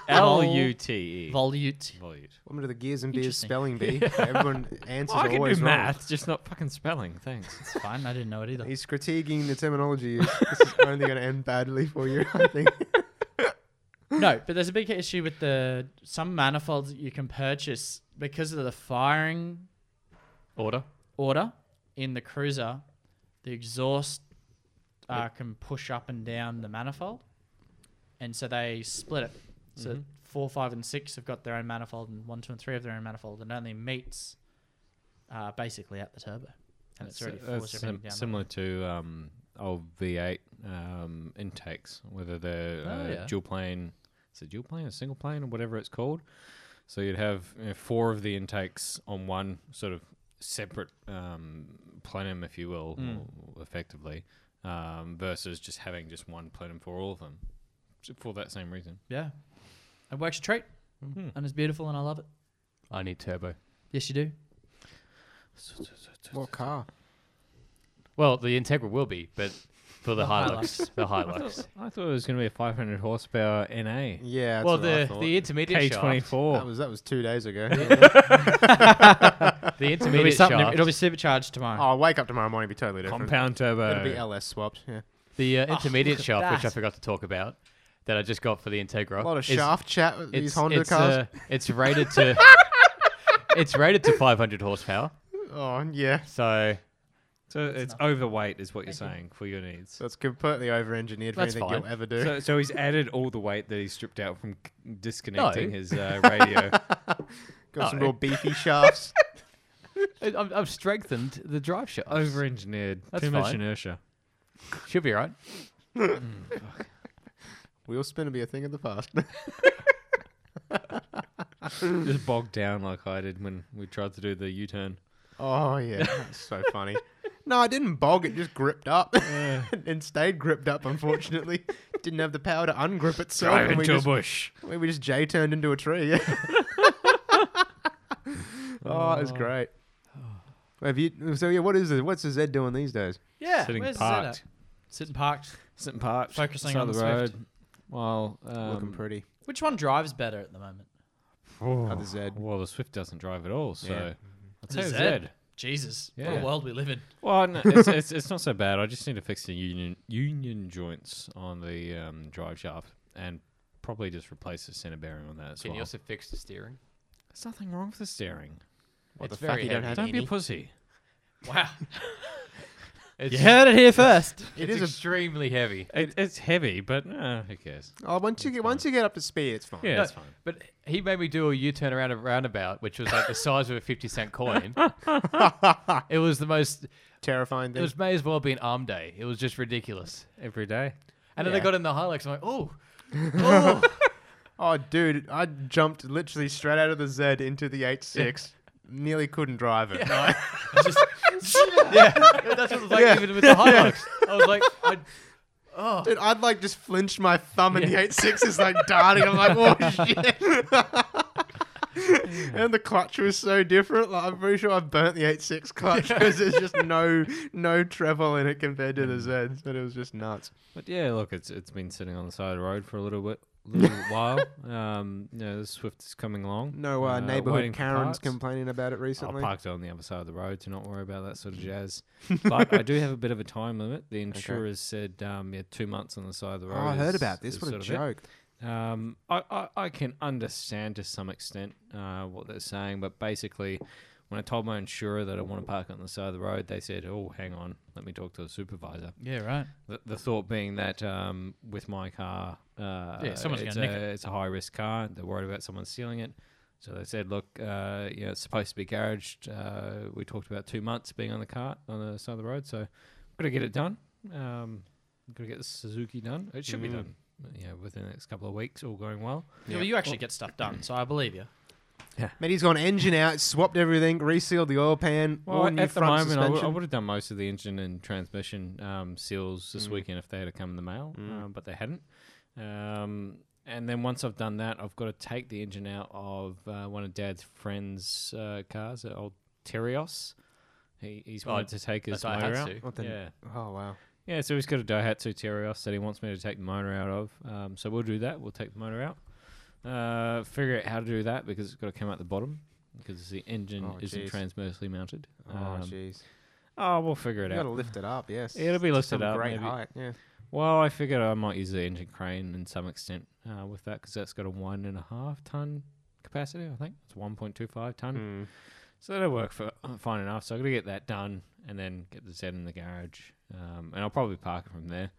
D: l u t e
E: Volute.
D: volute.
C: Welcome to the Gears and Beers
E: Interesting.
C: spelling bee. Everyone answers
D: Well, I
C: are
D: can
C: always
D: do
C: wrong.
D: math, just not fucking spelling. Thanks.
E: It's fine. I didn't know it either.
C: He's critiquing the terminology. used. this is only going to end badly for you, I think.
E: no, but there's a big issue with the some manifolds that you can purchase because of the firing
B: Order.
E: order in the cruiser, the exhaust uh, can push up and down the manifold, and so they split it. So four, five, and six have got their own manifold, and one, two, and three have their own manifold, and only meets uh, basically at the turbo, and it's already
D: That's
E: forced everything
D: uh, sim-
E: down.
D: similar to um, old V8 um, intakes, whether they're
E: Oh,
D: uh,
E: yeah.
D: dual plane, is it dual plane or single plane or whatever it's called. So you'd have you know, four of the intakes on one sort of separate um, plenum, if you will,
E: Mm.
D: or effectively, um, versus just having just one plenum for all of them s- for that same reason.
E: yeah, it works a treat, and it's beautiful, and I love it.
B: I need turbo.
E: Yes, you do.
C: what car?
B: Well, the Integra will be, but for the, Hilux, the
D: I thought,
B: Hilux.
D: I thought it was going to be a 500 horsepower NA.
C: Yeah. that's
B: well,
C: what I
B: the
C: thought.
B: the intermediate shaft.
D: K24.
C: That was that was two days ago.
B: The
E: It'll be
B: intermediate
E: something.
B: shaft.
E: It'll be supercharged tomorrow.
C: I'll Oh, wake up tomorrow morning and be totally different.
D: Compound turbo.
C: It'll be LS swapped. Yeah.
B: the uh, intermediate shaft, which I
E: that.
B: forgot to talk about, that I just got for the Integra.
C: A lot of
B: is-
C: shaft chat with these
B: It's
C: Honda
B: it's,
C: cars.
B: uh, it's rated to. it's rated to 500 horsepower.
C: oh yeah,
B: So
D: so it's overweight, is what you're saying for your needs.
C: that's completely over-engineered for
B: That's
C: anything you'll
B: fine.
C: ever do.
D: So, so he's added all the weight that he stripped out from c- disconnecting
B: No.
D: his uh, radio.
C: Got some
B: no.
C: real beefy shafts.
B: I- I've, I've strengthened the drive shaft.
D: Over engineered.
B: That's
D: Too much
B: fine.
D: inertia.
B: Should be all right.
C: Wheel spin will be a thing of the past.
D: Just bogged down like I did when we tried to do the U turn.
C: oh yeah, that's so funny. No, I didn't bog. It just gripped up and stayed gripped up. Unfortunately, didn't have the power to ungrip itself. and we just,
D: bush.
C: we we just J turned into a tree. oh, it was great. Have you? So yeah, what is it? What's the Z doing these days?
E: yeah,
D: Sitting
E: where's
D: parked.
E: Zed at? Sitting parked.
D: Sitting parked.
E: Focusing
D: side
E: on
D: of
E: the Swift.
D: While
C: Looking
D: um,
C: pretty.
E: Which one drives better at the moment?
C: Oh, the Z.
D: well, the Swift doesn't drive at all, so
C: Yeah.
D: I'd say
E: Zed.
D: Zed.
E: Jesus, what
D: Yeah.
E: a world we live in.
D: Well, no, it's, it's it's not so bad. I just need to fix the union union joints on the um, drive shaft and probably just replace the center bearing on that as
B: Can
D: well.
B: you also fix the steering?
D: There's nothing wrong with the steering.
C: What
B: It's
C: the fuck?
B: very
C: You don't
B: heavy.
C: have
D: Don't be a
C: any?
D: pussy.
E: Wow,
B: It's,
E: you heard it here first.
B: it's
C: It is a-
B: extremely heavy.
D: It, it's heavy, but uh, who cares?
C: Oh, once you get once you get up to speed, it's fine.
D: Yeah,
B: No,
D: it's fine.
B: But he made me do a U turn around a roundabout, which was like the size of a 50 cent coin. it was the most,
C: Terrifying
B: it
C: thing.
B: was may as well be an arm day. It was just ridiculous.
D: Every day.
B: And then
C: Yeah.
B: I got in the Hilux. I'm like, oh,
C: oh, dude, I jumped literally straight out of the Z into the H6. Nearly couldn't drive it. Like,
B: that's what it was like even with the Hilux. I was like, I,
C: dude, I'd like just flinch my thumb and the H6 is like darting. I'm like, oh shit. and the clutch was so different. Like, I'm pretty sure I burnt the 8.6 clutch because there's just no no treble in it compared to the
D: Mm.
C: Z. But it was just nuts.
D: But yeah, look, it's it's been sitting on the side of the road for a little bit, little while. Um, you know, the Swift is coming along.
C: No uh, neighborhood
D: waiting for
C: Karen's
D: parts.
C: complaining about it
D: I
C: recently. Mm.
D: parked it Oh, on the other side of the road to not worry about that sort of jazz. but I do have a bit of a time limit. The insurers said, um, yeah, two months on the side of the road.
C: Oh, I heard
D: is-
C: about this.
D: is
C: What a
D: sort of it.
C: joke.
D: Um, I, I, I can understand to some extent uh, what they're saying, but basically, when I told my insurer that I want to park on the side of the road, they said, "Oh, hang on, let me talk to a supervisor."
E: Yeah, right.
D: The, the thought being that um, with my car, uh,
E: Yeah, someone's
D: it's,
E: gonna
D: a,
E: nick
D: it's a high risk car. They're worried about someone stealing it. So they said, look, uh, you know, it's supposed to be garaged. Uh, we talked about two months being on the cart on the side of the road. So got to get it done. Um, got to get the Suzuki done. It
E: Mm.
D: should be done. You know, within the next couple of weeks, all going well.
E: Yeah, well, you actually get stuff done, so I believe you.
C: Mate, he's gone engine out, swapped everything, resealed the oil pan. all
D: Well,
C: new
D: at the
C: front
D: moment, I
C: suspension.
D: would have done most of the engine and transmission um, seals
C: Mm.
D: this weekend if they had come in the mail, um, but they hadn't. Um, and then once I've done that, I've got to take the engine out of uh, one of Dad's friends' uh, cars, an old Terios. He, he's
B: Oh,
D: wanted to take his
B: a
D: motor out.
B: Daihatsu.
C: What the-
D: Yeah.
C: Oh wow!
D: yeah, so he's got a Daihatsu Terios that he wants me to take the motor out of. Um, so we'll do that. We'll take the motor out. Uh, figure out how to do that because it's got to come out the bottom because the engine
C: Oh,
D: isn't
C: jeez.
D: transversely mounted.
C: Oh
D: Um,
C: jeez!
D: Oh, we'll figure it
C: You got to
D: out.
C: lift it up. Yes,
D: It'll be
C: To
D: lifted
C: some
D: up,
C: Great
D: maybe.
C: height. Yeah.
D: Well, I figured I might use the engine crane in some extent uh, with that because that's got a one and a half ton capacity. I think it's one point two five ton,
C: Hmm.
D: so that'll work for uh, fine enough. So I got to get that done and then get the Z in the garage, um, and I'll probably park it from there.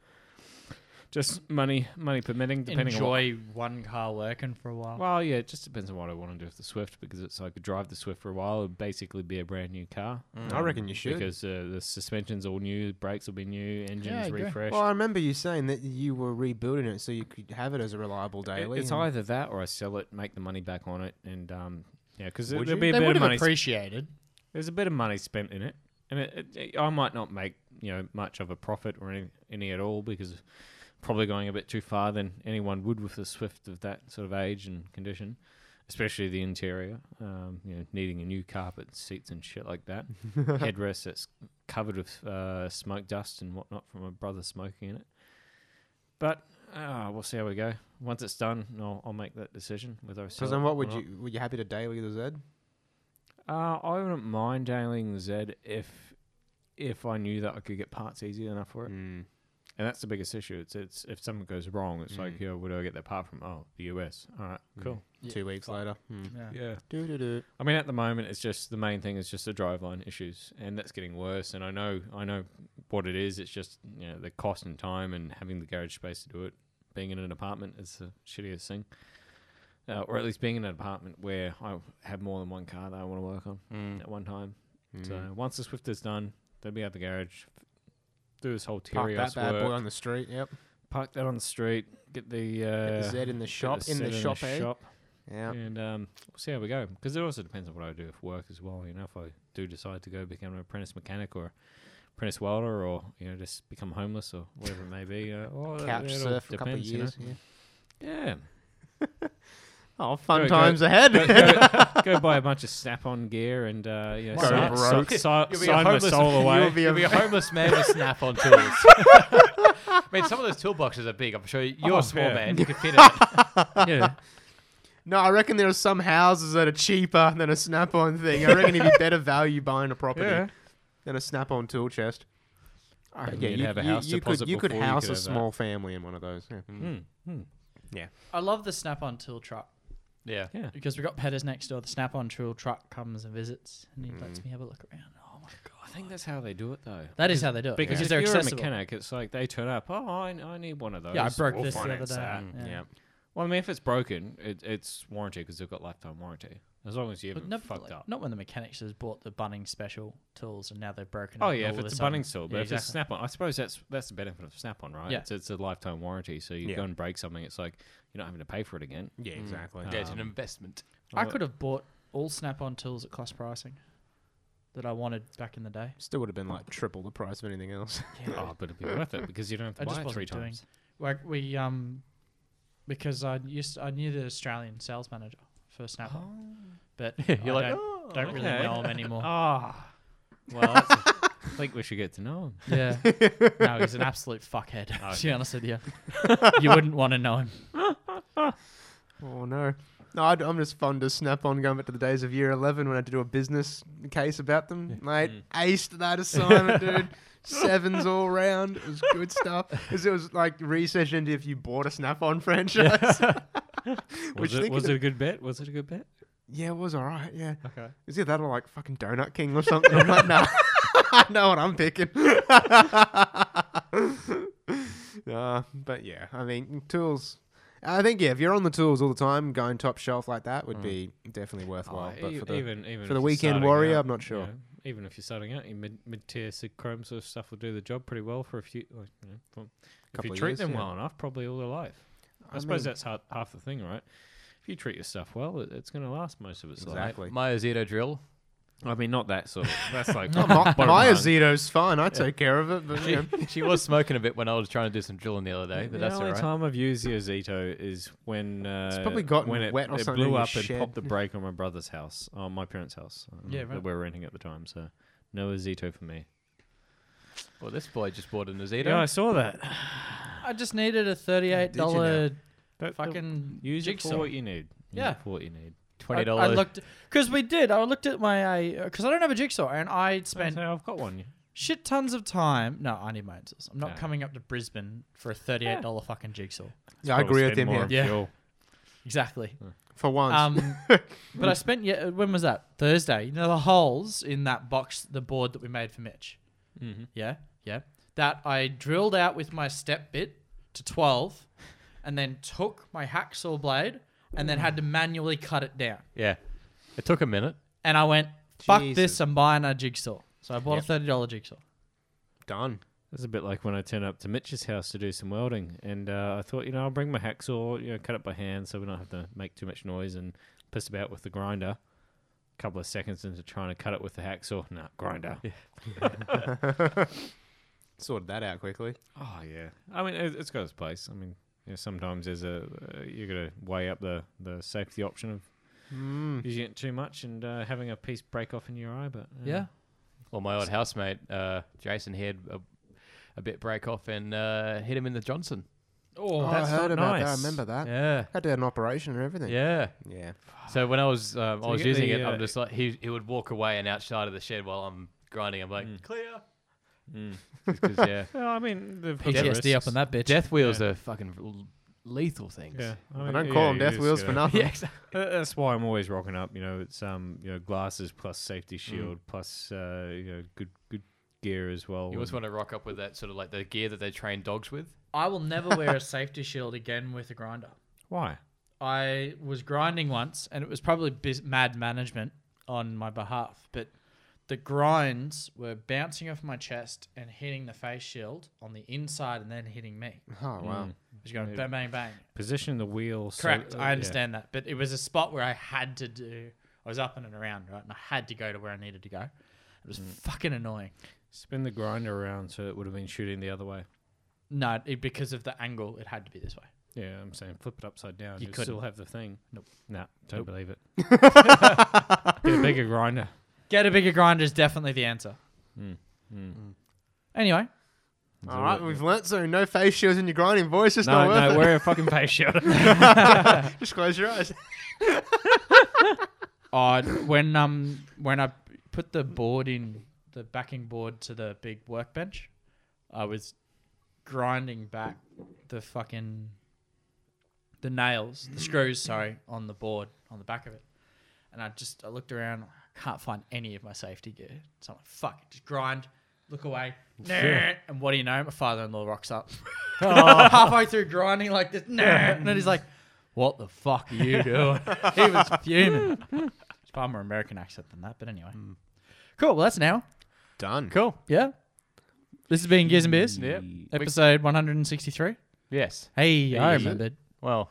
D: Just money, money permitting, depending on what
E: Enjoy one car working for a while.
D: Well, yeah, it just depends on what I want to do with the Swift because it's I could drive the Swift for a while. It'd basically be a brand new car.
C: Mm. I reckon you should.
D: because uh, the suspension's all new, brakes will be new,
E: I
D: engines
E: agree.
D: refreshed.
C: Well, I remember you saying that you were rebuilding it so you could have it as a reliable
D: It-
C: daily.
D: it's
C: and-
D: either that or I sell it, make the money back on it, and um, yeah, because there'll
C: Would you?
D: be a
E: they
D: bit
E: would
D: of
E: have
D: money.
E: appreciated.
D: there's a bit of money spent in it, and it, it, it- I might not make you know much of a profit or any, any at all because probably going a bit too far than anyone would with a Swift of that sort of age and condition, especially the interior. Um, you know, needing a new carpet, seats, and shit like that. Headrest that's covered with uh, smoke dust and whatnot from my brother smoking in it. But uh, we'll see how we go. Once it's done, I'll, I'll make that decision whether I
C: So
D: sell
C: then,
D: it
C: what
D: or
C: would
D: not.
C: you? Were you happy to daily the Z?
D: Uh, I wouldn't mind ailing Z if if I knew that I could get parts easy enough for it.
B: Mm.
D: And that's the biggest issue. It's it's if something goes wrong, it's like, yeah, where do I get that part from? Oh, the US. All right, cool.
E: Yeah.
C: Two weeks later. Hmm.
E: Yeah.
D: Yeah.
C: Do, do, do.
D: I mean, at the moment, it's just the main thing is just the driveline issues, and that's getting worse. And I know, I know what it is. It's just you know the cost and time, and having the garage space to do it. Being in an apartment is the shittiest thing, uh, or at least being in an apartment where I have more than one car that I want to work on
E: Mm.
C: Mm.
D: at one time.
C: Hmm.
D: So uh, once the Swift is done, they'll be out the garage, f- do this whole
C: Park
D: Terios
C: that bad
D: work,
C: boy on the street. Yep.
D: park that on the street, get the uh,
C: Z in the
D: get
C: shop. In
D: set
C: the shop. eh?
D: shop
C: Yeah.
D: and um, we'll see how we go. Because it also depends on what I do for work as well. You know, if I do decide to go become an apprentice mechanic or apprentice welder, or you know, just become homeless or whatever it may be. You know, all that-
C: Couch
D: it all
C: surf for a couple of
D: depends, you know.
C: years. yeah.
D: Yeah,
C: Oh, fun
D: Go, go.
C: times ahead.
D: go, go, go buy a bunch of Snap-on gear and uh, you know,
C: Go
D: sign,
C: broke.
D: si- si-
B: You'll be a
D: sign my
B: homeless-
D: soul away.
C: You'll be a-
B: You'll be a homeless man with snap on tools. I mean, some of those toolboxes are big. I'm sure you're
D: Oh,
B: a small
D: yeah.
B: man. You can fit it.
D: yeah.
C: no, I reckon there are some houses that are cheaper than a snap-on thing. I reckon it'd be better value buying a property
D: Yeah.
C: than a snap-on tool chest. I
D: And
C: yeah,
D: you'd
C: you,
D: have a
C: you-
D: house
C: you could
D: deposit
C: you could
D: before you
C: house
D: could
C: a
D: have that.
C: small family in one of those. Yeah.
D: Hmm, hmm.
E: I love the Snap-on tool truck
B: Yeah.
D: yeah.
E: because we got Petters next door. The Snap-on tool truck comes and visits, and he lets me have a look around. Oh my
D: I
E: god,
D: think that's how they do it though.
E: that is how they do it
D: Because
E: because
D: if
E: they're
D: you're
E: accessible.
D: a mechanic, it's like they turn up. Oh, I, I need one of those.
E: Yeah, I broke
D: We'll
E: this the other
D: finance
E: day.
D: that."
E: Yeah.
D: Yeah. Well, I mean, if it's broken, it, it's warranty because they've got lifetime warranty. As long as you
E: But
D: haven't
E: not,
D: fucked
E: like-
D: up.
E: not when the mechanics has bought the bunning special tools and now they're broken.
D: Oh
E: up and
D: yeah, if
E: all of
D: it's a
E: sudden-
D: bunning still, but
E: Yeah,
D: if it's
E: exactly.
D: snap on, I suppose that's that's the benefit of snap on, right?
E: Yeah.
D: It's, it's a lifetime warranty, so you
C: Yeah.
D: go and break something, it's like you're not having to pay for it again. Um,
C: Yeah,
E: Mm.
C: exactly.
B: Oh, Yeah, it's an investment.
E: I could have bought all Snap-on tools at cost pricing that I wanted back in the day.
C: Still would have been like triple the price of anything else.
D: Oh, but it'd be worth it because you don't have to
E: I
D: buy
E: just
D: it
E: wasn't
D: three
E: doing.
D: times.
E: Like we um, because I used I knew the Australian sales manager for Snap-on, but I
B: You're like,
E: don't, don't really
D: "Oh, okay."
E: know him anymore.
D: Ah, well, that's a, I think we should get to know him.
E: Yeah. no, he's an absolute fuckhead. To be honest with you, you wouldn't want to know him.
C: Oh no. No, i am just fond of Snap-on going back to the days of Year 11 when I had to do a business case about them. Mate, aced that assignment, dude. Sevens all round. It was good stuff. Because it was like research into if you bought a Snap-on franchise. Which
D: Was it,
C: thinking
D: was
C: of-
D: it a good bet? Was it a good bet?
C: Yeah, it was all right. Yeah.
D: Okay.
C: Is it that or like fucking Donut King or something? I'm like, nah. I know what I'm picking. uh, but yeah, I mean, tools. I think, yeah, if you're on the tools all the time, going top shelf like that would be definitely worthwhile.
D: Mm. Oh,
C: but
D: e-
C: for the,
D: even, even
C: for
D: if
C: the
D: you're
C: weekend
D: starting
C: warrior,
D: out,
C: I'm not sure.
D: you know, even if you're starting out, your mid mid tier sig chrome sort of stuff will do the job pretty well for a few. Like, you know, for- if
C: Couple
D: you
C: of
D: treat
C: years,
D: them
C: yeah.
D: well enough, probably all their life. I,
C: I
D: suppose
C: mean-
D: that's half, half the thing, right? If you treat your stuff well, it, it's going to last most of its
C: exactly.
B: My Ozito drill.
D: life. I mean, not that sort. of. That's like
C: Oh, my
D: bottom
C: my
D: rung.
C: Azito's fine. I take care of it. But
B: She,
C: yeah.
B: she was smoking a bit when I was trying to do some drilling the other day,
D: The
B: but that's all
D: only
B: right.
D: time I've used the Ozito is when uh,
C: probably gotten
D: when it,
C: wet or
D: it
C: something in
D: blew
C: your
D: up
C: shed.
D: and popped the brake on my brother's house, on my parents' house. um,
E: Yeah, right.
D: that we were renting at the time. So no Ozito for me.
B: Well, this boy just bought an Ozito.
D: Yeah, I saw that.
E: I just needed a thirty-eight dollar
D: That- that-
E: fucking
D: Use it for
E: jigsaw.
D: what you need. Use
E: Yeah.
D: it for what you need.
E: I,
B: Twenty
E: I
B: dollars.
E: looked because we did. I looked at my because I don't have a jigsaw and I spent
D: So I've got one.
E: shit tons of time. No, I need my own tools. I'm not
D: Yeah.
E: coming up to Brisbane for a thirty-eight dollar fucking jigsaw.
C: yeah, I agree with him here.
E: Yeah. Exactly.
C: For once.
E: Um, but I spent yeah. When was that? Thursday. You know the holes in that box, the board that we made for Mitch.
D: Mm-hmm.
E: Yeah, yeah. That I drilled out with my step bit to 12 and then took my hacksaw blade and then had to manually cut it down.
B: yeah, it took a minute.
E: And I went, fuck
C: Jesus.
E: this, I'm buying a jigsaw. So I bought a $30 jigsaw.
C: Done.
D: It's a bit like when I turn up to Mitch's house to do some welding, and uh, I thought, you know, I'll bring my hacksaw, you know, cut it by hand, so we don't have to make too much noise and piss about with the grinder. A couple of seconds into trying to cut it with the hacksaw, nah, grinder.
C: Sorted that out quickly.
D: Oh yeah, I mean, it, it's got its place. I mean, you know, sometimes there's a uh, you got to weigh up the the safety option of using it too much and uh, having a piece break off in your eye, but uh,
E: Yeah.
B: Well, my old housemate uh, Jason he had a, a bit break off and uh, hit him in the Johnson.
E: Oh,
C: Oh,
E: that's
D: that's
C: I heard
D: not
C: about that. I
D: nice.
C: remember that.
B: Yeah.
C: Had to have an operation and everything.
B: Yeah.
C: Yeah.
B: So when I was um, I
D: So you
B: was
D: get
B: using
D: the,
B: it,
D: uh,
B: I'm just like he he would walk away and outside of the shed while I'm grinding. I'm like clear. Because yeah,
D: Well, I mean, the
E: PTSD up on that bitch.
B: death wheels are fucking l- lethal things.
D: Oh, Yeah,
C: I don't call them death wheels for nothing.
B: Yeah, exactly.
D: Uh, That's why I'm always rocking up. You know, it's um, you know, glasses plus safety shield plus uh, you know, good good gear as well.
B: You always
D: and-
B: want to rock up with that sort of like the gear that they train dogs with.
E: I will never wear a safety shield again with a grinder.
D: why?
E: I was grinding once, and it was probably biz- mad management on my behalf, but the grinds were bouncing off my chest and hitting the face shield on the inside and then hitting me. It
C: Oh
D: Mm.
C: wow.
E: was going bang, bang, bang.
D: Position the wheel. so-
E: Correct.
D: uh,
E: I
D: yeah.
E: understand that. But it was a spot where I had to do, I was up in and around, right? And I had to go to where I needed to go. It
D: Mm.
E: was fucking annoying.
D: Spin the grinder around so it would have been shooting the other way.
E: No, it, because of the angle, it had to be this way.
D: Yeah, I'm saying flip it upside down.
E: You
D: You still
E: couldn't.
D: have the thing.
E: Nope.
D: Nah, don't believe it. Get a bigger grinder.
E: Get a bigger grinder is definitely the answer.
D: Mm,
E: Anyway,
C: All right, we've learnt so no face shields in your grinding voice. Just
D: No,
C: not worth
D: no,
C: it.
D: wear a fucking face shield.
C: Just close your eyes.
E: uh, when um when I put the board in the backing board to the big workbench, I was grinding back the fucking the nails, the screws, sorry, on the board on the back of it, and I just I looked around, I can't find any of my safety gear, so I'm like, fuck, it, just grind, look away, nah. and what do you know, my father-in-law rocks up halfway through grinding like this, nah, and then he's like. What the fuck are you doing? he was fuming. It's far more American accent than that, but anyway. Cool. Well, that's now.
C: Done.
B: Cool.
E: Yeah. This has been Gears and Beers.
B: Yeah.
E: Episode 163.
B: Yes.
E: Hey, I
B: Yeah.
E: remembered.
B: Well.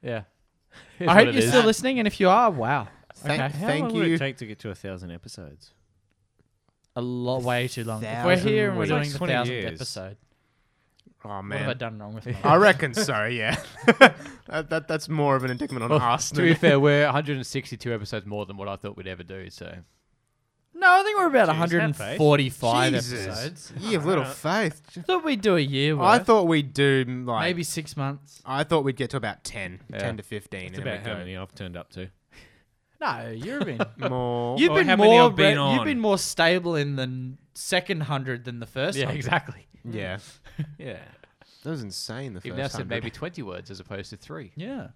B: Yeah. Here's
E: I
B: what
E: hope
B: it
E: you're
B: is.
E: still listening, and if you are, wow.
C: Thank,
E: Okay.
D: How
C: thank
D: long would
C: you.
D: it take to get to a thousand episodes?
E: A lot, way too long. If we're
C: Thousand
E: here and we're
D: weeks.
E: doing
D: Like
E: the
D: 20
E: thousandth
D: years.
E: episode,
C: Oh
E: what have I
C: man,
E: done wrong with my
C: I reckon so. Yeah, that, that that's more of an indictment on
B: Well,
C: us.
B: To
C: Than
B: be fair, we're 162 episodes more than what I thought we'd ever do. So
E: No, I think we're about
D: Jeez, that face.
E: 145
C: Jesus.
E: episodes.
C: Ye of little faith.
E: I thought we'd do a year worth.
C: I thought we'd do mm, like
E: Maybe six months.
C: I thought we'd get to about 10,
B: Yeah.
C: 10 to fifteen.
D: That's about how many I've turned up to.
E: No, you've been...
C: More.
E: You've
D: Or
E: been
D: how many
E: more
D: I've been
E: re- you've
D: on.
E: been more stable in the n- second hundred than the first.
B: yeah,
E: hundred.
B: exactly.
C: yeah,
D: Yeah.
C: that was insane. The
B: You've now
C: first
B: said
C: time.
B: maybe 20 words as opposed to three.
E: Yeah,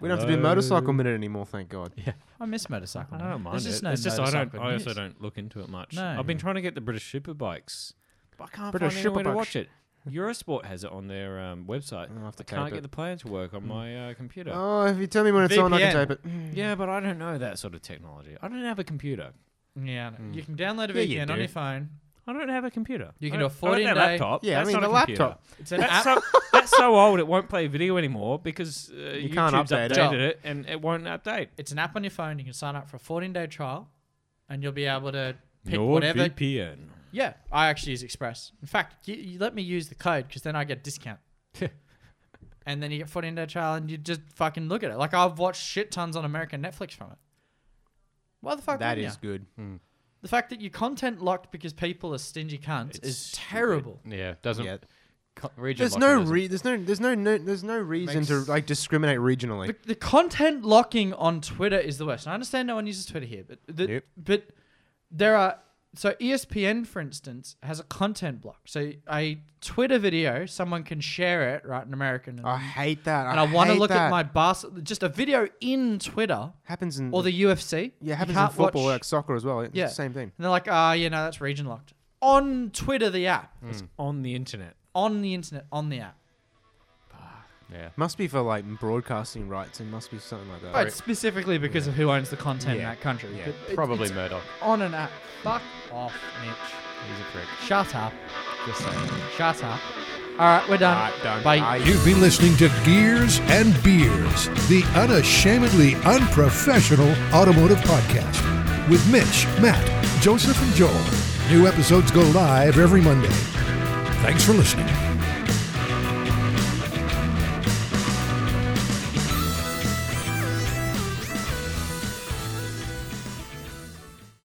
C: we don't have to do
D: Hello.
C: motorcycle minute anymore. Thank God.
E: I miss motorcycle.
D: I
E: man.
D: don't mind
E: There's
D: it.
E: just no
D: it's just I don't.
E: motorcycle
D: I also
E: news.
D: don't look into it much.
E: No.
D: I've been trying to get the British Superbikes, but I can't
C: British
D: find anywhere to
C: Superbikes.
D: watch it. Eurosport has it on their um, website.
C: I'll have to
D: I can't
C: tape
D: get
C: it.
D: the player to work on my uh, computer.
C: Hmm. Oh, if you tell me when it's on, I can
E: VPN.
C: tape it.
D: Yeah, but I don't know that sort of technology. I don't have a computer.
E: Yeah, I know. you can download a
D: Hmm. Yeah, you
E: VPN on
D: do.
E: your phone.
D: I don't have a computer.
E: You
D: I
E: can do a
D: don't- I don't
E: 14
D: have a
E: day-
D: laptop.
C: Yeah, I
D: That's
C: mean,
D: not
C: the
D: a computer.
C: laptop.
E: It's an
D: That's
E: app.
D: so, that's so old it won't play video anymore because uh,
C: You can't
D: YouTube's
C: update it.
D: updated it and it won't update.
E: it's an app on your phone. You can sign up for a 14 day trial, and you'll be able to pick whatever.
D: VPN.
E: Yeah, I actually use Express. In fact, you, you let me use the code because then I get a discount. and then you get 14 day trial, and you just fucking look at it. Like I've watched shit tons on American Netflix from it. Why the fuck?
C: That
E: wouldn't
C: is
E: ya?
C: good.
E: The fact that you content locked because people are stingy cunts
D: It's
E: is
D: stupid.
E: terrible.
B: Yeah, doesn't
C: Yeah.
B: co- region
C: There's
B: lock
C: no,
B: doesn't-
C: re- there's no there's no no there's no reason
E: Makes-
C: to like discriminate regionally.
E: The, the content locking on Twitter is the worst. And I understand no one uses Twitter here, but the,
C: Nope.
E: but there are so E ESPN, for instance, has a content block. So a Twitter video, someone can share it, right, in American, and,
C: I hate that.
E: and I
C: want to
E: look at my bas- just a video in Twitter
C: happens in
E: or the UFC.
C: yeah
E: You
C: happens in
E: can't watch-
C: football like soccer as well. It's
E: Yeah.
C: the same thing.
E: and they're like, ah, you know, that's region locked on Twitter, the app,
C: Mm.
D: It's on the internet.
E: on the internet, on the app.
B: Yeah.
C: Must be for like broadcasting rights and must be something like that.
E: But specifically because of who owns the content in
C: Yeah.
E: that country.
C: Yeah.
E: But it-
B: Probably
E: it's
B: Murdoch.
E: on an app. Fuck off, Mitch.
B: He's a prick.
E: Shut up.
B: Just saying.
E: Shut up. All right, we're done.
C: Alright, done.
E: Bye.
C: Bye.
A: You've been listening to Gears and Beers, the unashamedly unprofessional automotive podcast with Mitch, Matt, Joseph, and Joel. New episodes go live every Monday. Thanks for listening.